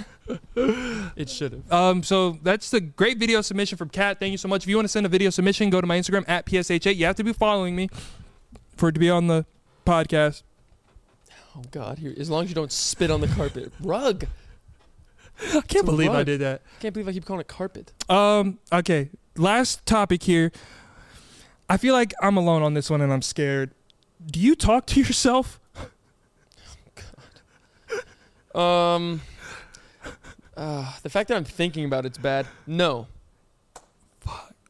[SPEAKER 4] weeks ago.
[SPEAKER 3] It should have.
[SPEAKER 1] Um, so that's the great video submission from Kat. Thank you so much. If you want to send a video submission, go to my Instagram at PSH8. You have to be following me for it to be on the podcast.
[SPEAKER 3] Oh God! Here, as long as you don't spit on the carpet. Rug.
[SPEAKER 1] I can't
[SPEAKER 3] a
[SPEAKER 1] believe I
[SPEAKER 3] rug.
[SPEAKER 1] did that.
[SPEAKER 3] Can't believe I keep calling it carpet.
[SPEAKER 1] Um, okay, last topic here. I feel like I'm alone on this one and I'm scared. Do you talk to yourself?
[SPEAKER 3] Um. Uh, the fact that I'm thinking about it's bad. No,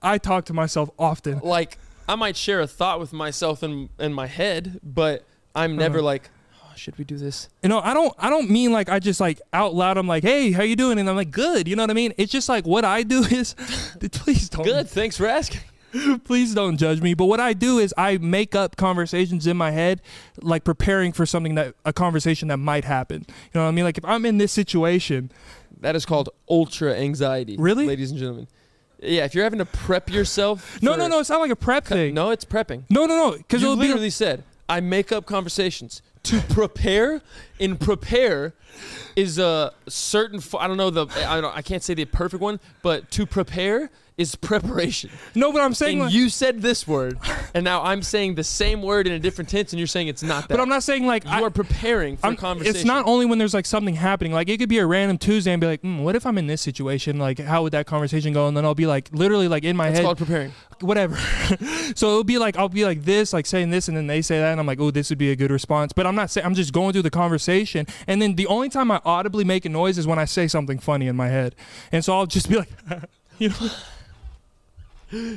[SPEAKER 1] I talk to myself often.
[SPEAKER 3] like I might share a thought with myself in in my head, but I'm never
[SPEAKER 1] Uh-huh.
[SPEAKER 3] like, oh, should we do this?
[SPEAKER 1] You know, I don't I don't mean like I just like out loud I'm like, "Hey, how you doing?" and I'm like, "Good." You know what I mean? It's just like what I do is please don't
[SPEAKER 3] Good. Thanks for asking.
[SPEAKER 1] please don't judge me. But what I do is I make up conversations in my head, like preparing for something that a conversation that might happen. You know what I mean? Like if I'm in this situation,
[SPEAKER 3] That is called ultra anxiety.
[SPEAKER 1] Really?
[SPEAKER 3] ladies and gentlemen. Yeah, if you're having to prep yourself.
[SPEAKER 1] no,
[SPEAKER 3] for-
[SPEAKER 1] no, no, it's not like a prep thing.
[SPEAKER 3] No, it's prepping.
[SPEAKER 1] no, no, no, because
[SPEAKER 3] You
[SPEAKER 1] it'll
[SPEAKER 3] literally
[SPEAKER 1] be.
[SPEAKER 3] said, "I make up conversations to prepare." and prepare is a certain. Fo- I don't know the. I don't. I can't say the perfect one, but to prepare is preparation.
[SPEAKER 1] No, but I'm saying.
[SPEAKER 3] And
[SPEAKER 1] Like,
[SPEAKER 3] you said this word, and now I'm saying the same word in a different tense, and you're saying it's not that.
[SPEAKER 1] but I'm not saying like
[SPEAKER 3] You
[SPEAKER 1] I-
[SPEAKER 3] are preparing for
[SPEAKER 1] I'm-
[SPEAKER 3] a conversation.
[SPEAKER 1] It's not only when there's like something happening. Like it could be a random Tuesday and be like, mm, "What if I'm in this situation? Like, how would that conversation go?" And then I'll be like, literally, like in my
[SPEAKER 3] It's
[SPEAKER 1] head,
[SPEAKER 3] called preparing.
[SPEAKER 1] whatever. so it'll be like I'll be like this, like saying this, and then they say that, and I'm like, oh, this would be a good response. But I'm not saying I'm just going through the conversation, and then the only time I audibly make a noise is when I say something funny in my head, and so I'll just be like, you know,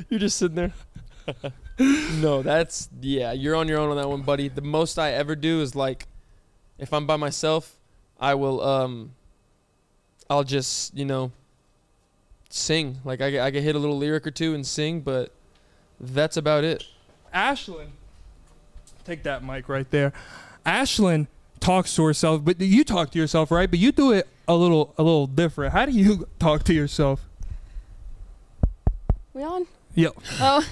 [SPEAKER 3] You're just sitting there. no, that's yeah. You're on your own on that one, buddy. The most I ever do is like, if I'm by myself, I will um, I'll just you know, sing. Like I ca- I can hit a little lyric or two and sing, but that's about it.
[SPEAKER 1] Ashlyn, take that mic right there. Ashlyn talks to herself, but you talk to yourself, right? But you do it a little, a little different. How do you talk to yourself?
[SPEAKER 6] We on?
[SPEAKER 1] Yeah,
[SPEAKER 6] Oh,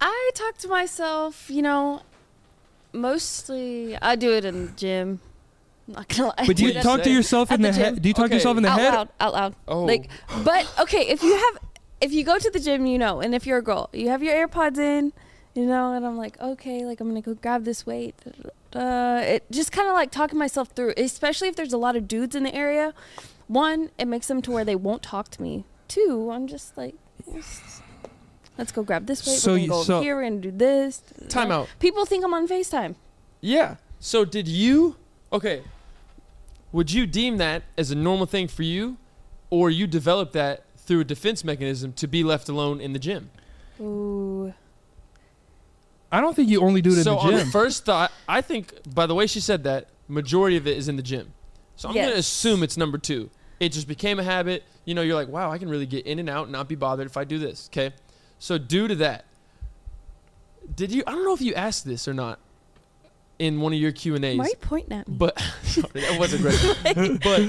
[SPEAKER 6] I talk to myself. You know, mostly I do it in the gym. I'm not gonna lie.
[SPEAKER 1] but do you
[SPEAKER 3] Wait,
[SPEAKER 1] talk to
[SPEAKER 3] say-
[SPEAKER 1] yourself
[SPEAKER 6] At
[SPEAKER 1] in the,
[SPEAKER 6] the
[SPEAKER 1] head?
[SPEAKER 6] gym.
[SPEAKER 1] Do you talk
[SPEAKER 3] Okay.
[SPEAKER 1] to yourself in the
[SPEAKER 6] out
[SPEAKER 1] head?
[SPEAKER 6] loud, out loud.
[SPEAKER 3] Oh.
[SPEAKER 6] Like, but okay, if you have, if you go to the gym, you know, and if you're a girl, you have your AirPods in, you know, and I'm like, okay, like I'm gonna go grab this weight. Uh, it just kind of like talking myself through, especially if there's a lot of dudes in the area. One, it makes them to where they won't talk to me. Two, I'm just like, let's go grab this weight.
[SPEAKER 1] So
[SPEAKER 6] we're
[SPEAKER 1] you-
[SPEAKER 6] gonna go
[SPEAKER 1] so-
[SPEAKER 6] over here. We're gonna do this.
[SPEAKER 3] Time out.
[SPEAKER 6] People think I'm on Facetime.
[SPEAKER 3] Yeah. So did you? Okay. Would you deem that as a normal thing for you, or you developed that through a defense mechanism to be left alone in the gym?
[SPEAKER 6] Ooh.
[SPEAKER 1] I don't think you only do it in
[SPEAKER 3] so
[SPEAKER 1] the
[SPEAKER 3] on
[SPEAKER 1] gym.
[SPEAKER 3] first thought, I think by the way she said that, majority of it is in the gym. So I'm gonna
[SPEAKER 6] Yes.
[SPEAKER 3] assume it's number two. It just became a habit. You know, you're like, wow, I can really get in and out and not be bothered if I do this. Okay. So due to that, did you? I don't know if you asked this or not in one of your Q and A's.
[SPEAKER 6] Why are you pointing at me?
[SPEAKER 3] But sorry, that wasn't great. but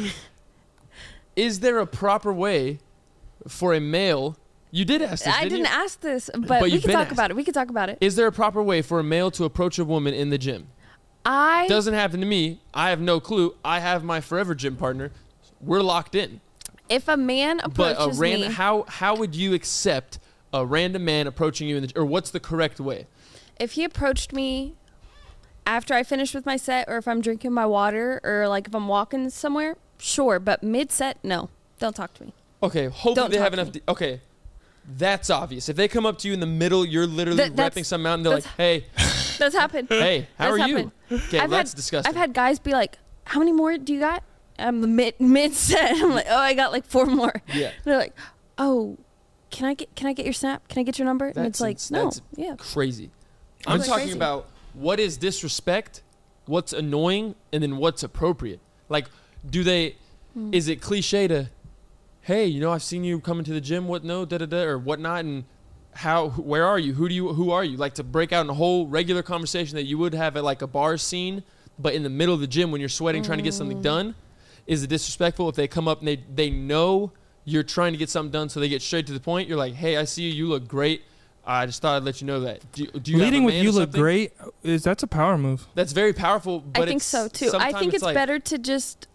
[SPEAKER 3] is there a proper way for a male? You did ask this.
[SPEAKER 6] I
[SPEAKER 3] didn't
[SPEAKER 6] didn't
[SPEAKER 3] you?
[SPEAKER 6] ask this, but,
[SPEAKER 3] But
[SPEAKER 6] we
[SPEAKER 3] you've
[SPEAKER 6] can
[SPEAKER 3] been
[SPEAKER 6] talk
[SPEAKER 3] asked.
[SPEAKER 6] about it. We can talk about it.
[SPEAKER 3] Is there a proper way for a male to approach a woman in the gym?
[SPEAKER 6] I
[SPEAKER 3] Doesn't happen to me. I have no clue. I have my forever gym partner. We're locked in.
[SPEAKER 6] if a man
[SPEAKER 3] But a
[SPEAKER 6] approaches
[SPEAKER 3] ran-
[SPEAKER 6] me,
[SPEAKER 3] how how would you accept a random man approaching you in the or what's the correct way?
[SPEAKER 6] if he approached me after I finished with my set, or if I'm drinking my water, or like if I'm walking somewhere, sure. But mid set, no, don't talk to me.
[SPEAKER 3] Okay, hopefully
[SPEAKER 6] Don't
[SPEAKER 3] they
[SPEAKER 6] talk
[SPEAKER 3] have
[SPEAKER 6] to
[SPEAKER 3] enough.
[SPEAKER 6] me.
[SPEAKER 3] d okay, that's obvious. If they come up to you in the middle, you're literally
[SPEAKER 6] That- that's-
[SPEAKER 3] wrapping something out, and they're like,
[SPEAKER 6] that's-
[SPEAKER 3] "Hey,
[SPEAKER 6] That's happened.
[SPEAKER 3] hey, how are
[SPEAKER 6] That's
[SPEAKER 3] you?"
[SPEAKER 6] happened.
[SPEAKER 3] Okay,
[SPEAKER 6] I've
[SPEAKER 3] that's
[SPEAKER 6] had,
[SPEAKER 3] disgusting.
[SPEAKER 6] I've had guys be like, "How many more do you got?" I'm mid mid set. I'm like, "Oh, I got like four more."
[SPEAKER 3] yeah,
[SPEAKER 6] They're like, "Oh, can I get can I get your snap? Can I get your number?" and it's
[SPEAKER 3] That's
[SPEAKER 6] like,
[SPEAKER 3] ins-
[SPEAKER 6] "No,
[SPEAKER 3] that's-
[SPEAKER 6] yeah,
[SPEAKER 3] crazy. I'm
[SPEAKER 6] like
[SPEAKER 3] talking
[SPEAKER 6] crazy.
[SPEAKER 3] about what is disrespect, what's annoying, and then what's appropriate. Like, do they? Is it cliche to, hey, you know, I've seen you coming to the gym. What no, da da da, or whatnot, and how? wh- Where are you? Who do you? Who are you? Like to break out in a whole regular conversation that you would have at like a bar scene, but in the middle of the gym when you're sweating trying to get something done, is it disrespectful if they come up and they they know you're trying to get something done, so they get straight to the point. You're like, hey, I see you. You look great. I just thought I'd let you know that. Do, do you have a
[SPEAKER 1] Leading with
[SPEAKER 3] man
[SPEAKER 1] you
[SPEAKER 3] or
[SPEAKER 1] look
[SPEAKER 3] something?
[SPEAKER 1] great is that's a power move.
[SPEAKER 3] That's very powerful. But
[SPEAKER 6] I think
[SPEAKER 3] it's-
[SPEAKER 6] so too. I
[SPEAKER 3] sometimes
[SPEAKER 6] think it's,
[SPEAKER 3] like,
[SPEAKER 6] better to just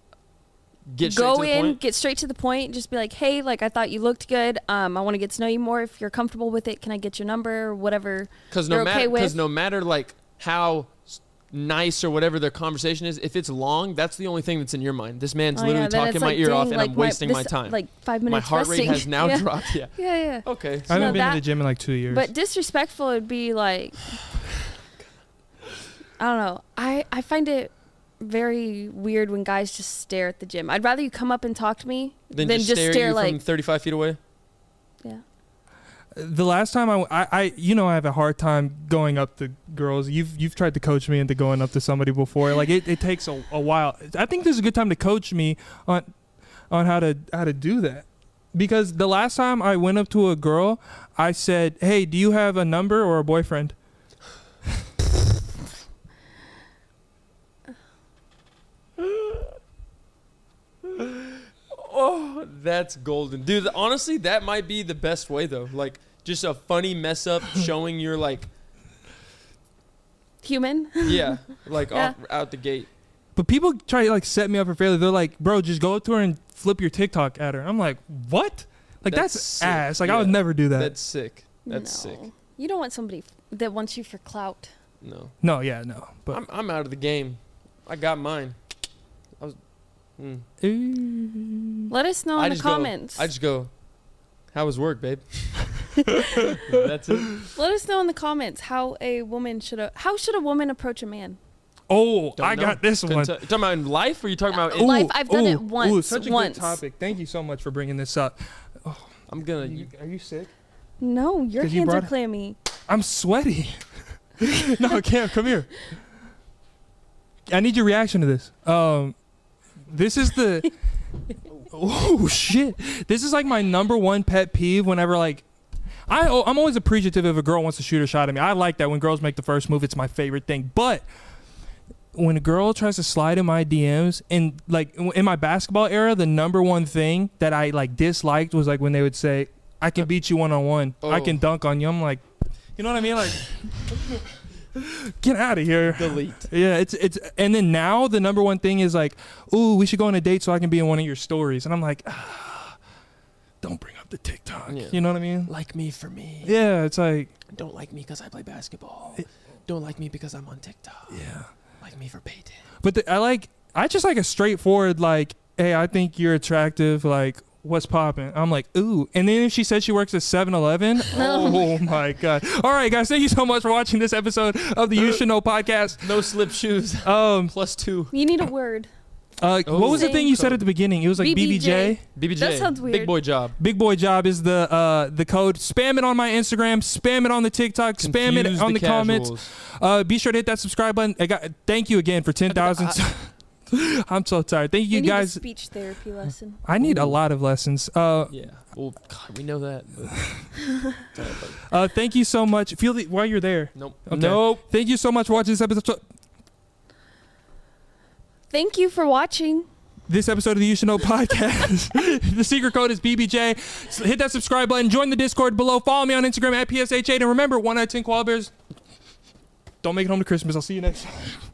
[SPEAKER 3] Get straight
[SPEAKER 6] go
[SPEAKER 3] to the
[SPEAKER 6] in,
[SPEAKER 3] point.
[SPEAKER 6] get straight to the point, just be like, "Hey, like I thought you looked good. Um, I want to get to know you more. If you're comfortable with it, can I get your number or whatever?"
[SPEAKER 3] Because no
[SPEAKER 6] you're
[SPEAKER 3] matter,
[SPEAKER 6] okay
[SPEAKER 3] because
[SPEAKER 6] with-
[SPEAKER 3] no matter like how s- nice or whatever their conversation is, if it's long, that's the only thing that's in your mind. This man's
[SPEAKER 6] Oh,
[SPEAKER 3] literally
[SPEAKER 6] yeah, then
[SPEAKER 3] talking
[SPEAKER 6] it's
[SPEAKER 3] my
[SPEAKER 6] like,
[SPEAKER 3] ear off,
[SPEAKER 6] dang,
[SPEAKER 3] and
[SPEAKER 6] like,
[SPEAKER 3] I'm wasting my,
[SPEAKER 6] this-
[SPEAKER 3] time.
[SPEAKER 6] Like five
[SPEAKER 3] my
[SPEAKER 6] minutes.
[SPEAKER 3] heart rate
[SPEAKER 6] resting.
[SPEAKER 3] has now
[SPEAKER 6] yeah.
[SPEAKER 3] dropped. Yeah.
[SPEAKER 6] Yeah, yeah.
[SPEAKER 3] Okay.
[SPEAKER 1] I haven't been
[SPEAKER 6] that-
[SPEAKER 1] to the gym in like two years.
[SPEAKER 6] But disrespectful would be like I don't know. I I find it very weird when guys just stare at the gym. I'd rather you come up and talk to me
[SPEAKER 3] Then,
[SPEAKER 6] than
[SPEAKER 3] just,
[SPEAKER 6] just
[SPEAKER 3] stare,
[SPEAKER 6] stare,
[SPEAKER 3] at you
[SPEAKER 6] like
[SPEAKER 3] from 35 feet away.
[SPEAKER 6] yeah.
[SPEAKER 1] the last time I, I, I- you know, I have a hard time going up to girls. You've you've tried to coach me into going up to somebody before. Like it, it takes a, a while. I think this is a good time to coach me on on how to how to do that. Because the last time I went up to a girl, I said, "Hey, do you have a number or a boyfriend?"
[SPEAKER 3] Oh, that's golden, dude. th- Honestly, that might be the best way though. Like just a funny mess up showing you're like,
[SPEAKER 6] Human.
[SPEAKER 3] yeah, like
[SPEAKER 6] Yeah.
[SPEAKER 3] Off, out the gate.
[SPEAKER 1] But people try to like set me up for failure. They're like, "Bro, just go up to her and flip your TikTok at her." I'm like, "What?" Like
[SPEAKER 3] That's
[SPEAKER 1] that's,
[SPEAKER 3] sick.
[SPEAKER 1] ass. Like I would
[SPEAKER 3] Yeah.
[SPEAKER 1] never do that.
[SPEAKER 3] That's sick. That's
[SPEAKER 6] no.
[SPEAKER 3] sick.
[SPEAKER 6] You don't want somebody f- that wants you for clout.
[SPEAKER 3] No,
[SPEAKER 1] no, yeah, no. But
[SPEAKER 3] I'm I'm out of the game. I got mine. I was. Mm.
[SPEAKER 6] Let us know
[SPEAKER 3] I
[SPEAKER 6] in the
[SPEAKER 3] just go-
[SPEAKER 6] comments.
[SPEAKER 3] I just go. How was work, babe? that's it.
[SPEAKER 6] Let us know in the comments how a woman should a how should a woman approach a man?
[SPEAKER 1] oh,
[SPEAKER 3] Don't
[SPEAKER 1] I
[SPEAKER 3] know.
[SPEAKER 1] got this
[SPEAKER 3] Couldn't
[SPEAKER 1] one.
[SPEAKER 3] tell- talking about in life, or you talking about?
[SPEAKER 6] Ooh.
[SPEAKER 3] In,
[SPEAKER 6] Life, I've done it once,
[SPEAKER 1] such a
[SPEAKER 6] once.
[SPEAKER 1] good topic. Thank you so much for bringing this up.
[SPEAKER 3] I'm gonna.
[SPEAKER 1] are you sick?
[SPEAKER 6] No, your
[SPEAKER 1] 'Cause you
[SPEAKER 6] hands are
[SPEAKER 1] brought-
[SPEAKER 6] clammy.
[SPEAKER 1] I'm sweaty. no, Cam, come here. I need your reaction to this. Um, this is the. oh shit! This is like my number one pet peeve. Whenever like, I oh, I'm always appreciative if a girl wants to shoot a shot at me. I like that when girls make the first move. It's my favorite thing. But when a girl tries to slide in my DMs and like in my basketball era, the number one thing that I like disliked was like when they would say, "I can beat you one on one. I
[SPEAKER 3] Oh.
[SPEAKER 1] can dunk on you." I'm like, you know what I mean? Like, get out of here.
[SPEAKER 3] Delete.
[SPEAKER 1] Yeah, it's it's and then now the number one thing is like, ooh, we should go on a date so I can be in one of your stories. And I'm like, ah, don't bring up the TikTok.
[SPEAKER 3] Yeah.
[SPEAKER 1] You know what I mean?
[SPEAKER 3] Like me for me.
[SPEAKER 1] Yeah, it's like
[SPEAKER 3] Don't like me because I play basketball. Don't like me because I'm on TikTok.
[SPEAKER 1] yeah.
[SPEAKER 3] Like me for Peyton.
[SPEAKER 1] But the, I like I just like a straightforward like, hey, I think you're attractive. Like, what's popping? I'm like, ooh. And then if she said she works at 7-Eleven, oh my god. All right, guys, thank you so much for watching this episode of the You Should Know podcast.
[SPEAKER 3] No slip shoes.
[SPEAKER 1] Um,
[SPEAKER 3] Plus two.
[SPEAKER 6] You need a word.
[SPEAKER 1] Uh,
[SPEAKER 3] Oh.
[SPEAKER 1] what was the
[SPEAKER 6] Same
[SPEAKER 1] thing you said
[SPEAKER 3] code.
[SPEAKER 1] at the beginning? It was like BBJ.
[SPEAKER 6] BBJ.
[SPEAKER 3] BBJ.
[SPEAKER 6] That sounds
[SPEAKER 3] Big
[SPEAKER 6] weird.
[SPEAKER 3] boy job.
[SPEAKER 1] Big boy job is the uh, the code. Spam it on my Instagram. Spam it on the TikTok. Spam
[SPEAKER 3] Confuse
[SPEAKER 1] it on the, comments.
[SPEAKER 3] casuals.
[SPEAKER 1] Uh, be sure to hit that subscribe button. I got, thank you again for ten thousand. I'm so tired. Thank you,
[SPEAKER 6] need
[SPEAKER 1] guys.
[SPEAKER 6] a speech therapy lesson.
[SPEAKER 1] I need a
[SPEAKER 3] Ooh.
[SPEAKER 1] lot of lessons. Uh,
[SPEAKER 3] Yeah. Well, God, we know that.
[SPEAKER 1] uh, thank you so much. Feel the, while you're there.
[SPEAKER 3] nope.
[SPEAKER 1] Okay.
[SPEAKER 3] Nope.
[SPEAKER 1] Thank you so much for watching this episode.
[SPEAKER 6] Thank you for watching.
[SPEAKER 1] This episode of the You Should Know podcast. the secret code is BBJ. S- Hit that subscribe button. Join the Discord below. Follow me on Instagram at PSH8. And remember, one out of ten koala bears. Don't make it home to Christmas. I'll see you next time.